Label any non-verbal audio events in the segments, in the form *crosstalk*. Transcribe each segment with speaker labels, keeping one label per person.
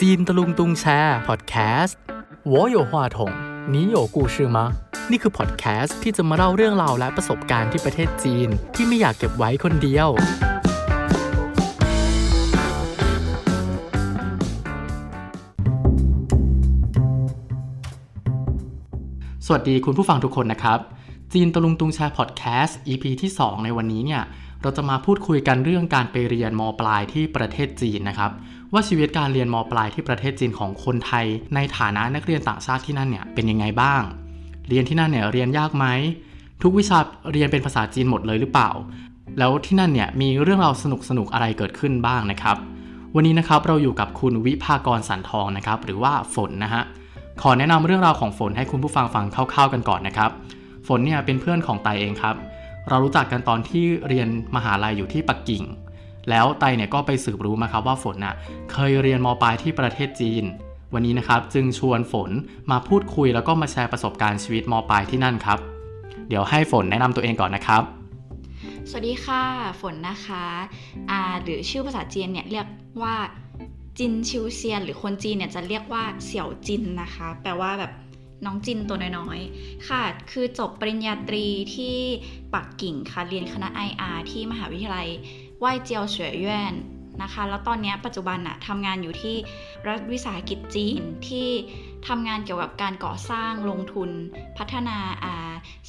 Speaker 1: จีนตะลุงตุงแชร์พอดแคสต์我有话筒你有故事吗นี่คือพอดแคสต์ที่จะมาเล่าเรื่องราวและประสบการณ์ที่ประเทศจีน ที่ไม่อยากเก็บไว้คนเดียว สวัสดีคุณผู้ฟังทุกคนนะครับ จีนตะลุงตุงแชร์พอดแคสต์ EP ที่ 2 ในวันนี้เนี่ย เราจะมาพูดคุยกันเรื่องการไปเรียนมปลายที่ประเทศจีนนะครับ ว่าชีวิตการเรียนมปลายที่ประเทศจีนของคนไทย ในฐานะนักเรียนต่างชาติที่นั่นเนี่ยเป็นยังไงบ้าง เรียนที่นั่นเนี่ยเรียนยากไหม ทุกวิชาเรียนเป็นภาษาจีนหมดเลยหรือเปล่า แล้วที่นั่นเนี่ยมีเรื่องราวสนุกสนุกๆอะไรเกิดขึ้นบ้างนะครับ วันนี้นะครับเราอยู่กับคุณวิภากรสันทองนะครับ หรือว่าฝนนะฮะ ขอแนะนำเรื่องราวของฝนให้คุณผู้ฟังฟังคร่าวๆกันก่อนนะครับ ฝนเนี่ยเป็นเพื่อนของไตเองครับ เรารู้จักกันตอนที่เรียนมหาลัยอยู่ที่ปักกิ่ง แล้วไตเนี่ยก็ไปสืบรู้มาครับว่าฝนน่ะเคยเรียนมปลายที่ประเทศจีน วันนี้นะครับจึงชวนฝนมาพูดคุยแล้วก็มาแชร์ประสบการณ์ชีวิตมปลายที่นั่นครับ เดี๋ยวให้ฝนแนะนำตัวเองก่อนนะครับ
Speaker 2: สวัสดีค่ะ ฝนนะคะอ่าหรือชื่อภาษาจีนเนี่ยเรียกว่าจินชิวเซียน หรือคนจีนเนี่ยจะเรียกว่าเสี่ยวจินนะคะ แปลว่าแบบน้องจินตัวน้อยๆ ค่ะ คือจบปริญญาตรีที่ปักกิ่งค่ะ เรียนคณะ IR ที่มหาวิทยาลัยว่ายเจียวเฉวยเย่นนะคะ แล้วตอนเนี้ยปัจจุบันน่ะทำงานอยู่ที่รัฐวิสาหกิจจีนที่ทำงานเกี่ยวกับการก่อสร้างลงทุน พัฒนาอ่า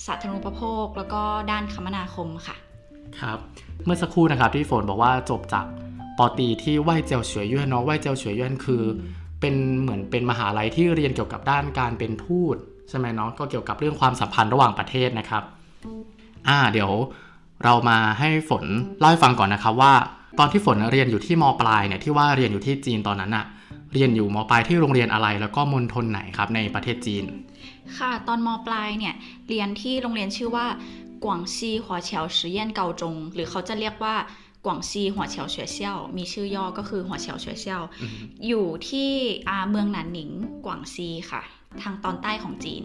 Speaker 2: สาธารณูปโภค แล้วก็ด้านคมนาคมค่ะ
Speaker 1: ครับเมื่อสักครู่นะครับที่ฝนบอกว่าจบจากปอตรีที่ไหวเจียวเฉวยเย่นเนาะไหวเจียวเฉวยเย่นคือ เป็นเหมือนเป็นมหาลัยที่เรียนเกี่ยวกับด้านการเป็นทูตใช่ไหมเนาะก็เกี่ยวกับเรื่องความสัมพันธ์ระหว่างประเทศนะครับ อ่าเดี๋ยวเรามาให้ฝนเล่าให้ฟังก่อนนะครับว่า ตอนที่ฝนเรียนอยู่ที่มปลายเนี่ยที่ว่าเรียนอยู่ที่จีนตอนนั้นอะเรียนอยู่มปลายที่โรงเรียนอะไรแล้วก็มณฑลไหนครับในประเทศจีน
Speaker 2: ค่ะ ตอนมปลายเนี่ย เรียนที่โรงเรียนชื่อว่ากวางซีหัวเฉียวเฉียเย่นเกาจง หรือเขาจะเรียกว่ากวางซีหัวเฉียวเฉียเซี่ยวมีชื่อย่อก็คือหัวเฉียวเฉียเซี่ยว
Speaker 1: อือฮึ
Speaker 2: อยู่ที่อ่าเมืองหนานหนิงกวางซีค่ะ ทางตอนใต้ของจีน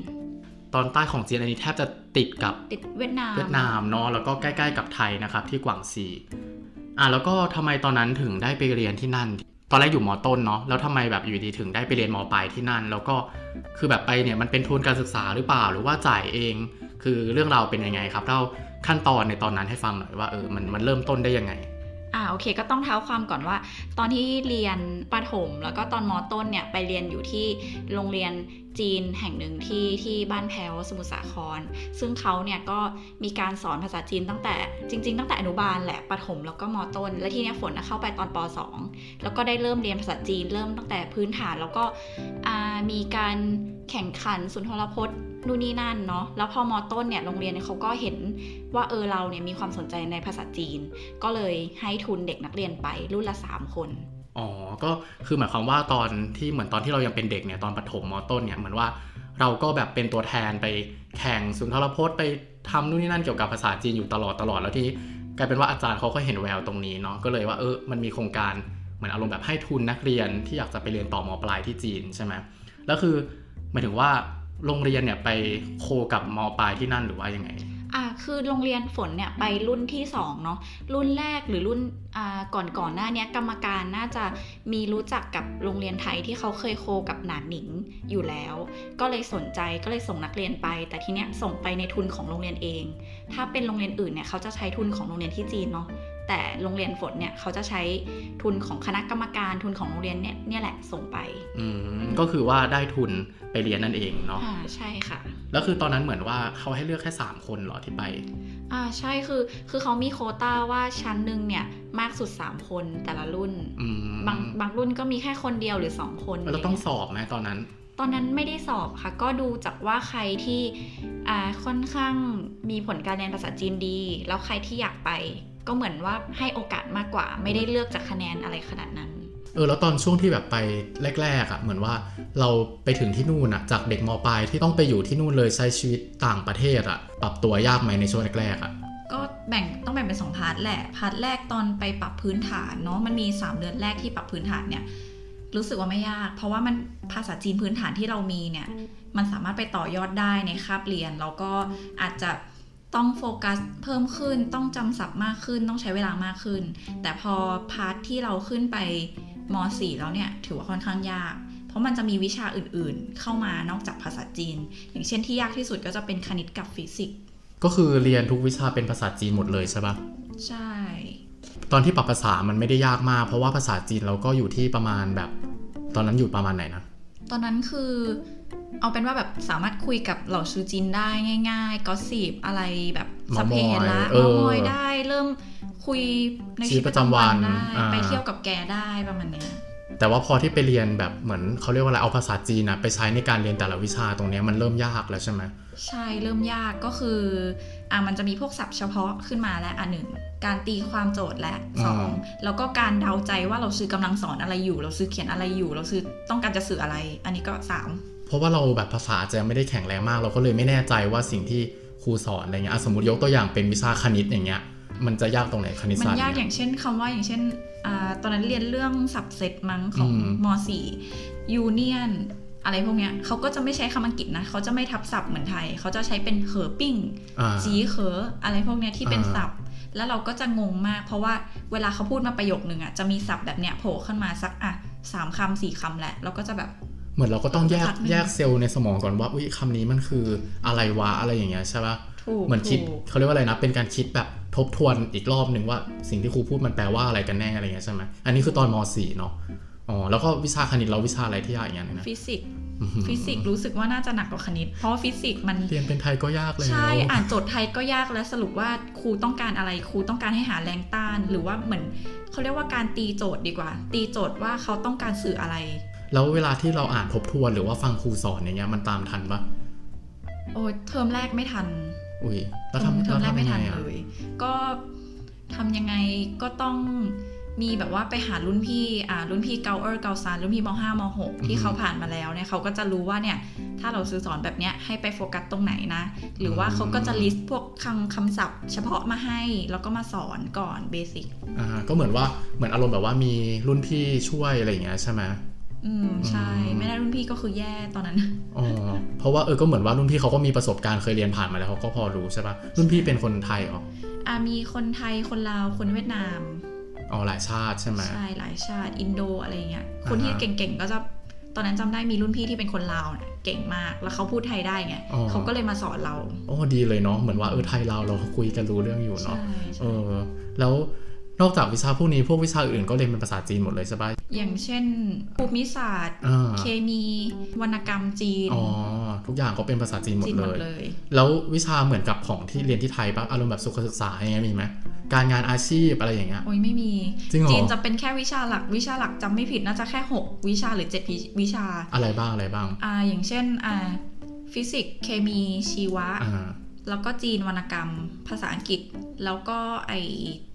Speaker 1: ตอนใต้ของจีนอันนี้แทบจะติดกับ
Speaker 2: ติดเวียดนาม
Speaker 1: เวียดนามเนาะแล้วก็ใกล้ ๆ กับไทยนะครับที่กวางซีอ่ะแล้วก็ทำไมตอนนั้นถึงได้ไปเรียนที่นั่น ตอนแรกอยู่มต้นเนาะแล้วทำไมแบบอยู่ดีถึงได้ไปเรียนมปลายที่นั่น แล้วก็คือแบบไปเนี่ยมันเป็นทุนการศึกษาหรือเปล่า หรือว่าจ่ายเอง คือเรื่องราวเป็นยังไงครับเล่าขั้นตอนในตอนนั้นให้ฟังหน่อยว่าเออมันมันเริ่มต้นได้ยังไง
Speaker 2: อ่าโอเคก็ต้องเท้าความก่อนว่า ตอนที่เรียนประถม แล้วก็ตอนมต้นเนี่ยไปเรียนอยู่ที่โรงเรียนจีนแห่งหนึ่งที่ที่บ้านแพ้วสมุทรสาคร ซึ่งเขาเนี่ยก็มีการสอนภาษาจีนตั้งแต่จริง ๆ ตั้งแต่อนุบาลแหละประถมแล้วก็มต้น และที่เนี้ยฝนน่ะเข้าไปตอนป .2 แล้วก็ได้เริ่มเรียนภาษาจีนเริ่มตั้งแต่พื้นฐานแล้วก็อ่ามีการแข่งขันสุนทรพจน์นู่นนี่นั่นเนาะแล้วพอมต้นเนี่ยโรงเรียนเขาก็เห็นว่าเออเราเนี่ยมีความสนใจในภาษาจีน ก็เลยให้ทุนเด็กนักเรียนไปรุ่นละ 3 คน
Speaker 1: อ๋อ ก็คือหมายความว่าตอนที่เหมือนตอนที่เรายังเป็นเด็กเนี่ยตอนประถมมต้นเนี่ยเหมือนว่าเราก็แบบเป็นตัวแทนไปแข่งสุนทรพจน์ไปทำนู่นนี่นั่นเกี่ยวกับภาษาจีนอยู่ตลอดตลอดแล้วที่กลายเป็นว่าอาจารย์เขาก็เห็นแววตรงนี้เนาะก็เลยว่าเออมันมีโครงการเหมือนอารมณ์แบบให้ทุนนักเรียนที่อยากจะไปเรียนต่อมปลายที่จีนใช่ไหมแล้วคือหมายถึงว่าโรงเรียนเนี่ยไปโคกับมปลายที่นั่นหรือว่ายังไง
Speaker 2: อ่าคือโรงเรียนฝนเนี่ยไปรุ่นที่ 2 เนาะรุ่นแรกหรือรุ่นอ่าก่อนก่อนหน้าเนี้ยกรรมการน่าจะมีรู้จักกับโรงเรียนไทยที่เขาเคยโคกับหนานหนิงอยู่แล้ว ก็เลยสนใจก็เลยส่งนักเรียนไป แต่ทีเนี้ยส่งไปในทุนของโรงเรียนเอง ถ้าเป็นโรงเรียนอื่นเนี่ยเขาจะใช้ทุนของโรงเรียนที่จีนเนาะแต่โรงเรียนฝนเนี่ยเขาจะใช้ทุนของคณะกรรมการทุนของโรงเรียนเนี่ยเนี่ยแหละส่งไป
Speaker 1: อืมก็คือว่าได้ทุนไปเรียนนั่นเองเนาะ
Speaker 2: อ่าใช่ค่ะ
Speaker 1: แล้วคือตอนนั้นเหมือนว่าเขาให้เลือกแค่สามคนเหรอที่ไป
Speaker 2: อ่าใช่คือคือเขามีโควต้าว่าชั้นหนึ่งเนี่ยมากสุด 3 คนแต่ละรุ่น
Speaker 1: อืม
Speaker 2: บางบางรุ่นก็มีแค่คนเดียวหรือ 2 คน
Speaker 1: เราต้องสอบไหมตอนนั้น
Speaker 2: ตอนนั้นไม่ได้สอบค่ะ ก็ดูจากว่าใครที่อ่าค่อนข้างมีผลการเรียนภาษาจีนดี แล้วใครที่อยากไป ก็เหมือนว่าให้โอกาสมากกว่า ไม่ได้เลือกจากคะแนนอะไรขนาดนั้น
Speaker 1: เออ แล้วตอนช่วงที่แบบไปแรกๆอะ่ะ เหมือนว่าเราไปถึงที่นู่นอะ่ะ จากเด็กมปลายที่ต้องไปอยู่ที่นู่นเลยใช้ชีวิตต่างประเทศอะ่ะ ปรับตัวยากไหมในช่วงแรกๆอะ่ะ
Speaker 2: ก็แบ่งต้องแบ่งเป็นสองพาร์ทแหละ พาร์ทแรกตอนไปปรับพื้นฐานเนาะมันมี 3 เดือนแรกที่ปรับพื้นฐานเนี่ยรู้สึกว่าไม่ยาก เพราะว่ามันภาษาจีนพื้นฐานที่เรามีเนี่ยมันสามารถไปต่อยอดได้ในคาบเรียนแล้วก็อาจจะต้องโฟกัสเพิ่มขึ้น ต้องจำศัพท์มากขึ้น ต้องใช้เวลามากขึ้น แต่พอพาร์ทที่เราขึ้นไป ม .4 แล้วเนี่ยถือว่าค่อนข้างยาก เพราะมันจะมีวิชาอื่นๆ เข้ามานอกจากภาษาจีน อย่างเช่นที่ยากที่สุดก็จะเป็นคณิตกับฟิสิกส์
Speaker 1: ก็คือเรียนทุกวิชาเป็นภาษาจีนหมดเลยใช่ปะ
Speaker 2: ใช่
Speaker 1: ตอนที่ปรับภาษามันไม่ได้ยากมาก เพราะว่าภาษาจีนเราก็อยู่ที่ประมาณแบบ ตอนนั้นอยู่ประมาณไหนนะ
Speaker 2: ตอนนั้นคือเอาเป็นว่าแบบสามารถคุยกับเหล่าชูจีนได้ง่ายๆก็สิบอะไรแบบสัพเพเหระเมามอยได้เริ่มคุยในชีวิตประจำวันได้ไปเที่ยวกับแกได้ประมาณเนี้ย
Speaker 1: แต่ว่าพอที่ไปเรียนแบบเหมือนเขาเรียกว่าอะไรเอาภาษาจีนนะไปใช้ในการเรียนแต่ละวิชาตรงเนี้ยมันเริ่มยากแล้วใช่ไหม
Speaker 2: ใช่เริ่มยากก็คืออ่ะมันจะมีพวกศัพท์เฉพาะขึ้นมาและอันหนึ่ง การตีความโจทย์และสอง
Speaker 1: อ่า
Speaker 2: แล้วก็การเดาใจว่าเราซื้อกำลังสอนอะไรอยู่ เราซื้อเขียนอะไรอยู่ เราซื้อต้องการจะสื่ออะไร อันนี้ก็สาม
Speaker 1: เพราะว่าเราแบบภาษาจะไม่ได้แข็งแรงมาก เราก็เลยไม่แน่ใจว่าสิ่งที่ครูสอนอะไรเงี้ยอ่ะสมมติยกตัวอย่างเป็นวิชาคณิตอย่างเงี้ย มันจะยากตรงไหนคณิต
Speaker 2: มัน
Speaker 1: ศาสตร์
Speaker 2: ยากอ
Speaker 1: เนี่ย
Speaker 2: ย่างเช่นคำว่าอย่างเช่นอ่าตอนนั้นเรียนเรื่องสับเซตมั้งของ
Speaker 1: อืม
Speaker 2: มสี่ยูเนียนอะไรพวกเนี้ยเขาก็จะไม่ใช้คำอังกฤษนะเขาจะไม่ทับศัพท์เหมือนไทย เขาจะใช้เป็นเหอปิ้ง
Speaker 1: อ่า
Speaker 2: จีเขออะไรพวกเนี้ยที่เป็น
Speaker 1: อ่า
Speaker 2: ศัพท์ แล้วเราก็จะงงมาก เพราะว่าเวลาเขาพูดมาประโยคนึงอ่ะจะมีศัพท์แบบเนี้ยโผล่ขึ้นมาสักอ่ะสามคำสี่คำแหละเราก็จะแบบ
Speaker 1: เหมือนเราก็ต้องแยก
Speaker 2: สักนิด
Speaker 1: แยกเซลล์ในสมองก่อนว่าอุ้ยคำนี้มันคืออะไรวะอะไรอย่างเงี้ยใช่ปะ
Speaker 2: ถูก
Speaker 1: เหมือนคิด
Speaker 2: ถูก
Speaker 1: เขาเรียกว่าอะไรนะ เป็นการคิดแบบทบทวนอีกรอบหนึ่งว่าสิ่งที่ครูพูดมันแปลว่าอะไรกันแน่อะไรเงี้ยใช่ไหมอันนี้คือตอนม .4 เนาะอ๋อแล้วก็วิชาคณิตเราวิชาอะไรที่ยากอย่างนั้นนะ
Speaker 2: ฟิสิกส์
Speaker 1: อื้อหือ
Speaker 2: ฟิสิกส์รู้สึกว่าน่าจะหนักกว่าคณิต เพราะว่าฟิสิกส์มัน
Speaker 1: เรียนเป็นไทยก็ยากเลย
Speaker 2: ใช่อ่านโจทย์ไทยก็ยากและสรุปว่าครูต้องการอะไรครูต้องการให้หาแรงต้าน หรือว่าเหมือนเขาเรียกว่าการตีโจทย์ดีกว่า ตีโจทย์ว่าเขาต้องการสื่ออะไร
Speaker 1: แล้วเวลาที่เราอ่านทบทวนหรือว่าฟังครูสอนอย่างเงี้ยมันตามทันปะ
Speaker 2: โอ้ยเทอมแรกไม่ทัน
Speaker 1: อุ้ยแล้ว
Speaker 2: เท
Speaker 1: ทำ
Speaker 2: อมแรกไม่ทัน
Speaker 1: แล้วทำยังงอะ
Speaker 2: เลย ก็ทำยังไงก็ต้องมีแบบว่าไปหารุ่นพี่อ่ารุ่นพี่เกาเออร์เกาซานรุ่นพี่มห้ามหกที่เขาผ่านมาแล้วเนี่ยเขาก็จะรู้ว่าเนี่ยถ้าเราซื้อสอนแบบเนี้ยให้ไปโฟกัสตรงไหนนะ หรือว่าเขาก็จะลิสต์พวกคำคำศัพท์ เฉพาะมาให้แล้วก็มาสอนก่อนเบสิก
Speaker 1: อ่าก็เหมือนว่าเหมือนอารมณ์แบบว่ามีรุ่นพี่ช่วยอะไรอย่างเงี้ยใช่ไหม
Speaker 2: อืมใช่
Speaker 1: อืม
Speaker 2: ไม่ได้รุ่นพี่ก็คือแย่ตอนนั้น *laughs*
Speaker 1: อ๋อเพราะว่าเออก็เหมือนว่ารุ่นพี่เขาก็มีประสบการณ์เคยเรียนผ่านมาแล้วเขาก็พอรู้ใช่ปะรุ่นพี่เป็นคนไทยเหรอ
Speaker 2: อ่ามีคนไทยคนลาวคนเวียดนาม
Speaker 1: อ๋อหลายชาติใช่ไหม
Speaker 2: ใช่หลายชาติอินโดอะไรเงี้ยคนที่
Speaker 1: อ่าฮะ
Speaker 2: เก่งๆก็จะตอนนั้นจำได้มีรุ่นพี่ที่เป็นคนลาวเนี่ยเก่งมากแล้วเขาพูดไทยได้ไง
Speaker 1: อ๋อ
Speaker 2: เขาก็เลยมาสอนเรา
Speaker 1: โอ้ดีเลยเนาะเหมือนว่าเออไทยเราเราคุยกันรู้เรื่องอยู่
Speaker 2: ใช่
Speaker 1: เนาะเอ
Speaker 2: ใช่
Speaker 1: อแล้วนอกจากวิชาพวกนี้พวกวิชาอื่นก็เรียนเป็นภาษาจีนหมดเลยใช่ปะ
Speaker 2: อย่างเช่นภูมิศาสตร์
Speaker 1: อ่า
Speaker 2: เคมีวรรณกรรมจีน
Speaker 1: อ๋อทุกอย่างก็เป็นภาษาจีนหมด
Speaker 2: จีนห
Speaker 1: เล
Speaker 2: มด
Speaker 1: ย
Speaker 2: เลย
Speaker 1: แล้ววิชาเหมือนกับของที่เรียนที่ไทยปะอารมณ์แบบสุขศึกษาอย่างเงี้ยมีไหมการงานอาชีพอะไรอย่างเงี้ย
Speaker 2: โอ้ยไม่มี
Speaker 1: จริงเหรอ
Speaker 2: จีนจะเป็นแค่วิชาหลักวิชาหลักจำไม่ผิดน่าจะแค่ 6 วิชาหรือ 7 วิชา
Speaker 1: อะไรบ้างอะไรบ้าง
Speaker 2: อ่าอย่างเช่นอ่าฟิสิกส์เคมีชีวะ
Speaker 1: อ่า
Speaker 2: แล้วก็จีนวรรณกรรม ภาษาอังกฤษ แล้วก็ไอ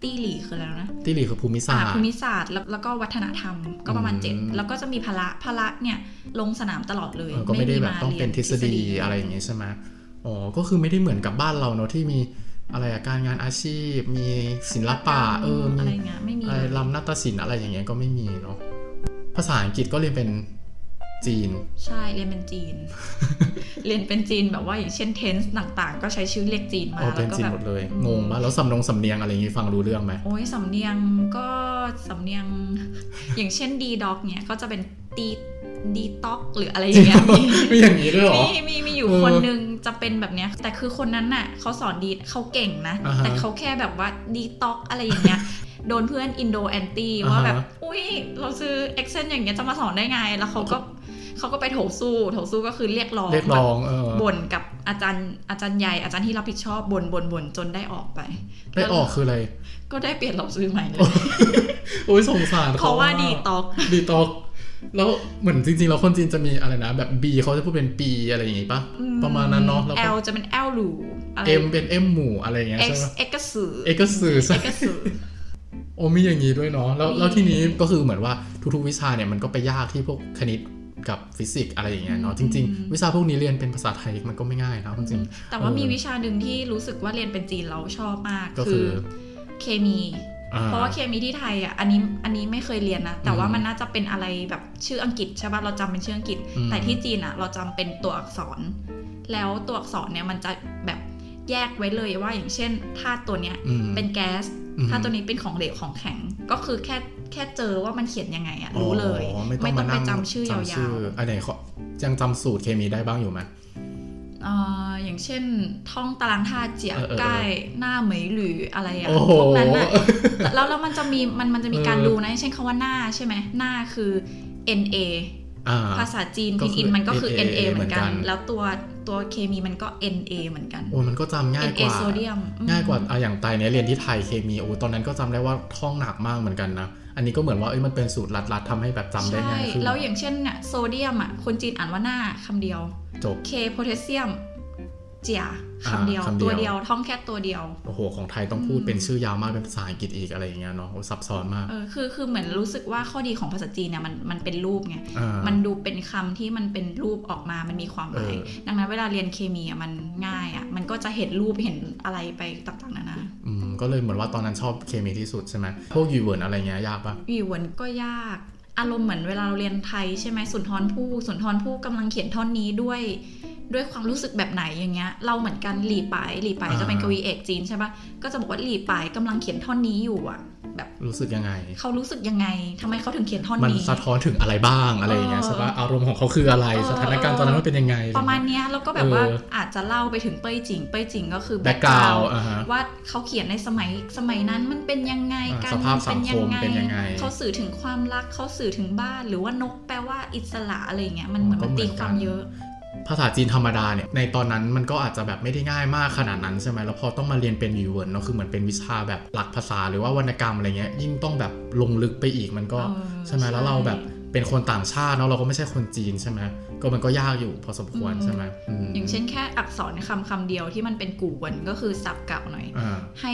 Speaker 2: ตี้หลี่คืออะไรแล้วนะ
Speaker 1: ที่หลีคือภูมิศาสต
Speaker 2: อ่า
Speaker 1: ร์
Speaker 2: ภูมิศาสตร์แล้วแล้วก็วัฒนธรรมก็ประมาณ
Speaker 1: อืม
Speaker 2: เจ็ดแล้วก็จะมีพละพละเนี่ยลงสนามตลอดเลย
Speaker 1: เออก็ไม่ได้แบบ
Speaker 2: า
Speaker 1: ต้องเป็นทฤษฎี
Speaker 2: รีน
Speaker 1: อะไรอย่างเงี้ยใช่ไหมอ๋อก็คือไม่ได้เหมือนกับบ้านเราเนาะที่มีอะไรอะการงานอาชีพ มีศิลปะเออ
Speaker 2: อะไร
Speaker 1: มี
Speaker 2: เงี้ยไม่มี
Speaker 1: เอ่อ
Speaker 2: เลย
Speaker 1: ลำนาฏศิลป์อะไรอย่างเงี้ยก็ไม่มีเนาะภาษาอังกฤษก็เรียนเป็นจีน
Speaker 2: ใช่เรียนเป็นจีน *laughs* เรียนเป็นจีนแบบว่าอย่างเช่น tense ต่างๆ ก็ใช้ชื่อเรียกจีนมา
Speaker 1: เอา
Speaker 2: แล้
Speaker 1: เป็
Speaker 2: วน ก็
Speaker 1: จีน
Speaker 2: แบบ
Speaker 1: หมดเลย
Speaker 2: อืม
Speaker 1: งงปะแล้วสำนงสำเนียงอะไรอย่างงี้ฟังรู้เรื่องไหม
Speaker 2: *laughs* โอ้ยสำเนียงก็สำเนียง *laughs* อย่างเช่น d dog เนี่ยก็จะเป็น d d t o k หรืออะไรอย่างเงี้ยมี
Speaker 1: *laughs* มีอย่างนี้ด้วยเหรอ
Speaker 2: มีมีมีอยู่
Speaker 1: เออ
Speaker 2: คนนึงจะเป็นแบบเนี้ย แต่คือคนนั้นน่ะเขาสอนดีเขาเก่งนะ
Speaker 1: อ่าฮะ
Speaker 2: แต่เขาแค่แบบว่าดีต็อกอะไรอย่างเงี้ *laughs* ย โดนเพื่อนอินโดแอนตี้ว่าแบบ
Speaker 1: อ่าฮะ
Speaker 2: อุ้ยเราซื้อเอ็กเซนอย่างเงี้ยจะมาสอนได้ไง แล้วเขาก็เขาก็ไปโถสู้ โถสู้ก็คือเรียกร้อง
Speaker 1: เรียกร้องเออ
Speaker 2: บ่นกับอาจารย์อาจารย์ใหญ่อาจารย์ที่รับผิดชอบบ่นบ่นบ่นจนได้ออกไป
Speaker 1: ได้ออกคืออะไร
Speaker 2: ก็ได้เปลี่ยนเราซื้อใหม่เล
Speaker 1: โอ้
Speaker 2: ย
Speaker 1: โอ้ยสงสาร
Speaker 2: เพราะว่าดี
Speaker 1: ตอก
Speaker 2: ต็อก
Speaker 1: ดีตอกแล้วเหมือนจริงๆแล้วคนจีนจะมีอะไรนะ แบบ B เขาจะพูดเป็นปีอะไรอย่างงี้ปะประมาณนั้นเนาะแล้ว
Speaker 2: แอ
Speaker 1: ก็
Speaker 2: ลจะเป็นแอลลูอะไร
Speaker 1: M เป็น M หมู่อะไรอย่างเงี้ย
Speaker 2: X
Speaker 1: ใช่ปะ
Speaker 2: X กระสือ
Speaker 1: เอกสื่อใช่
Speaker 2: X กระสือ
Speaker 1: โอ้มีอย่างนี้ด้วยเนาะแล้ว
Speaker 2: มี
Speaker 1: แล้วทีนี้ก็คือเหมือนว่าทุกๆวิชาเนี่ยมันก็ไปยากที่พวกคณิตกับฟิสิกส์อะไรอย่างเงี้ยเนาะจริง ๆ วิชาพวกนี้เรียนเป็นภาษาไทยมันก็ไม่ง่ายนะจริง
Speaker 2: แต่ว่า
Speaker 1: เออ
Speaker 2: มีวิชาหนึ่งที่รู้สึกว่าเรียนเป็นจีนเราชอบมาก
Speaker 1: ก็คือ
Speaker 2: เคมี
Speaker 1: ๆอ่
Speaker 2: เพราะว่าเคมีที่ไทยอ่ะอันนี้อันนี้ไม่เคยเรียนนะ แต่ว่า
Speaker 1: อืม
Speaker 2: มันน่าจะเป็นอะไรแบบชื่ออังกฤษใช่ป่ะเราจำเป็นชื่ออังกฤษ
Speaker 1: อืม
Speaker 2: แต่ที่จีนอ่ะเราจำเป็นตัวอักษร แล้วตัวอักษรเนี่ยมันจะแบบแยกไว้เลยว่าอย่างเช่นธาตุตัวเนี้ย
Speaker 1: อืม
Speaker 2: เป็นแก๊ส
Speaker 1: อืม
Speaker 2: ถ้าตัวนี้เป็นของเหลวของแข็ง ก็คือแค่แค่เจอว่ามันเขียนยังไงอะรู้เลย
Speaker 1: อ๋อไม่ต้
Speaker 2: ไม่
Speaker 1: อง
Speaker 2: ต้
Speaker 1: มา
Speaker 2: องไป
Speaker 1: นั่ง
Speaker 2: จำชื่อยา
Speaker 1: จำชื่
Speaker 2: ว
Speaker 1: ออันไหนเขายังจำสูตรเคมีได้บ้างอยู่ไหม
Speaker 2: ๆเอ่ออย่างเช่น ท่องตารางธาตุเจีย
Speaker 1: เออเออ
Speaker 2: ใกล้หน้าเหมยหรืออะไรอะ
Speaker 1: โอ้โห *laughs*
Speaker 2: พวกนั้นอะแล้วแล้วมันจะมีมันมันจะมีการ
Speaker 1: เออ
Speaker 2: ดูนะอย่างเช่นคาว่าหน้าใช่ไหมหน้าคือ na
Speaker 1: อ่า
Speaker 2: ภาษาจีน
Speaker 1: ก็
Speaker 2: พิน
Speaker 1: คือ
Speaker 2: อินมันก็คือ
Speaker 1: NA
Speaker 2: na เหมือนกัน
Speaker 1: เหมือนกัน
Speaker 2: แล้วตัวตัวเคมีมันก็ na เหมือนกัน
Speaker 1: โอ้มันก็จำง่าย
Speaker 2: na
Speaker 1: กว่า
Speaker 2: โซเดียมอืม
Speaker 1: ง่ายกว่าอะอย่างไตเนี่ยเรียนที่ไทยเคมีโอ้ตอนนั้นก็จำได้ว่าท่องหนักมากเหมือนกันนะ อันนี้ก็เหมือนว่าเอ้ยมันเป็นสูตรลัดๆทำให้แบบจำได้ง่ายขึ้น
Speaker 2: ใช่ แล้วอย่างเช่นเนี่ยโซเดียมอ่ะ คนจีนอ่านว่าหน้าคำเดียว
Speaker 1: จบ
Speaker 2: K โพแทสเซียม เจียคำเดียว
Speaker 1: อ่าคำเดียว
Speaker 2: ตัวเดียวท่องแค่ตัวเดียว
Speaker 1: โอ้โหของไทยต้องพูด
Speaker 2: อืม
Speaker 1: เป็นชื่อยาวมากเป็นภาษาอังกฤษอีกอะไรอย่างเงี้ยเนาะโอ้ซับซ้อนมาก
Speaker 2: เออคือคือเหมือนรู้สึกว่าข้อดีของภาษาจีนเนี่ยมันมันเป็นรูปไง
Speaker 1: อ่า
Speaker 2: มันดูเป็นคำที่มันเป็นรูปออกมามันมีความหมาย
Speaker 1: เออ
Speaker 2: ดังนั้นเวลาเรียนเคมีอ่ะมันง่ายอ่ะ มันก็จะเห็นรูปเห็นอะไรไปต่างๆนานา
Speaker 1: อืมก็เลยเหมือนว่าตอนนั้นชอบเคมีที่สุดใช่ไหมพวกยูเวิร์นอะไรเงี้ยยากปะ
Speaker 2: วีวนก็ยาก อารมณ์เหมือนเวลาเราเรียนไทยใช่ไหมสุนทรภู่สุนทรภู่กำลังเขียนท่อนนี้ด้วย ด้วยความรู้สึกแบบไหนอย่างเงี้ย เราเหมือนกันหลี่ปายหลี่ปาย
Speaker 1: อ่า
Speaker 2: จะเป็นกวีเอกจีนใช่ปะก็จะบอกว่าหลี่ปายกำลังเขียนท่อนนี้อยู่อ่ะ แบบ
Speaker 1: รู้สึกยังไง
Speaker 2: เขารู้สึกยังไงทำไมเขาถึงเขียนท่อน
Speaker 1: มัน
Speaker 2: นี้
Speaker 1: สะท้อนถึงอะไรบ้างอะไรอย่างเงี้ยใช่ปะอารมณ์ของเขาคืออะไร
Speaker 2: เออ
Speaker 1: สถานการณ์ตอนนั้นมันเป็นยังไง
Speaker 2: ประมาณเนี้ยแล้วก็แบบว่า
Speaker 1: เออ
Speaker 2: อาจจะเล่าไปถึงเป้ยจิงเป้ยจิงก็คือ
Speaker 1: แบ็กกราวอ่าฮะ
Speaker 2: ว่าเขาเขียนในสมัยสมัยนั้นมันเป็นยังไง
Speaker 1: อ่า
Speaker 2: การ
Speaker 1: สภาพสังคมเป็นยังไง
Speaker 2: เขาสื่อถึงความรักเขาสื่อถึงบ้านหรือว่านกแปลว่าอิสระอะไรอย่างเงี้ยมันเหมือนมันตีความเยอะ
Speaker 1: ภาษาจีนธรรมดาเนี่ยในตอนนั้นมันก็อาจจะแบบไม่ได้ง่ายมากขนาดนั้นใช่ไหมแล้วพอต้องมาเรียนเป็นยูเวิร์นเนาะคือเหมือนเป็นวิชาแบบหลักภาษาหรือว่าวรรณกรรมอะไรเงี้ยยิ่งต้องแบบลงลึกไปอีกมันก็
Speaker 2: เออ
Speaker 1: ใช่ไหม
Speaker 2: ใช่
Speaker 1: แล้วเราแบบเป็นคนต่างชาติเนาะเราก็ไม่ใช่คนจีนใช่ไหมก็มันก็ยากอยู่พอสมควรใช่ไหมม
Speaker 2: อย่างเช่นแค่อักษรคำคำเดียวที่มันเป็นกู่วนก็คือสับเก่าหน่อย
Speaker 1: อ่า
Speaker 2: ให้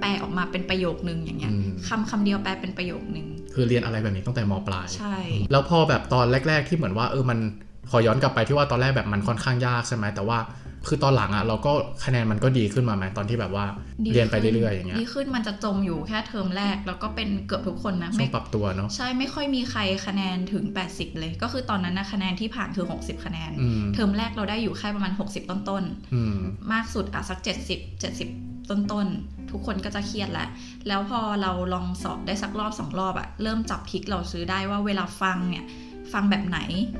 Speaker 2: แปลออกมาเป็นประโยคนึงอย่างเงี้ย
Speaker 1: อืม
Speaker 2: คำคำเดียวแปลเป็นประโยคนึง
Speaker 1: คือเรียนอะไรแบบนี้ตั้งแต่มปลาย
Speaker 2: ใช่
Speaker 1: แล้วพอแบบตอนแรก ๆ ที่เหมือนว่าเออมันขอย้อนกลับไปที่ว่าตอนแรกแบบมันค่อนข้างยากใช่ไหมแต่ว่าคือตอนหลังอะเราก็คะแนนมันก็ดีขึ้นมาไหมตอนที่แบบว่า
Speaker 2: ดี
Speaker 1: เรียนไป
Speaker 2: ขึ้
Speaker 1: เรื่อยๆอย่างเงี้ย
Speaker 2: ดีขึ้นมันจะจมอยู่แค่เทอมแรก แล้วก็เป็นเกือบทุกคนนะ
Speaker 1: ช่ว
Speaker 2: ไม่
Speaker 1: งปรับตัวเนาะ
Speaker 2: ใช่ไม่ค่อยมีใครคะแนนถึง 80 เลย ก็คือตอนนั้นนะคะแนนที่ผ่านคือ 60 คะแนน
Speaker 1: อืม
Speaker 2: เทอมแรกเราได้อยู่แค่ประมาณ 60 ต้น
Speaker 1: อืม
Speaker 2: ๆ มากสุดอ่ะสัก 70 70 ต้นๆ ทุกคนก็จะเครียดแหละ แล้วพอเราลองสอบได้สักรอบสองรอบอะเริ่มจับทิกเราซื้อได้ว่าเวลาฟังเนี่ย ฟังแบบไหน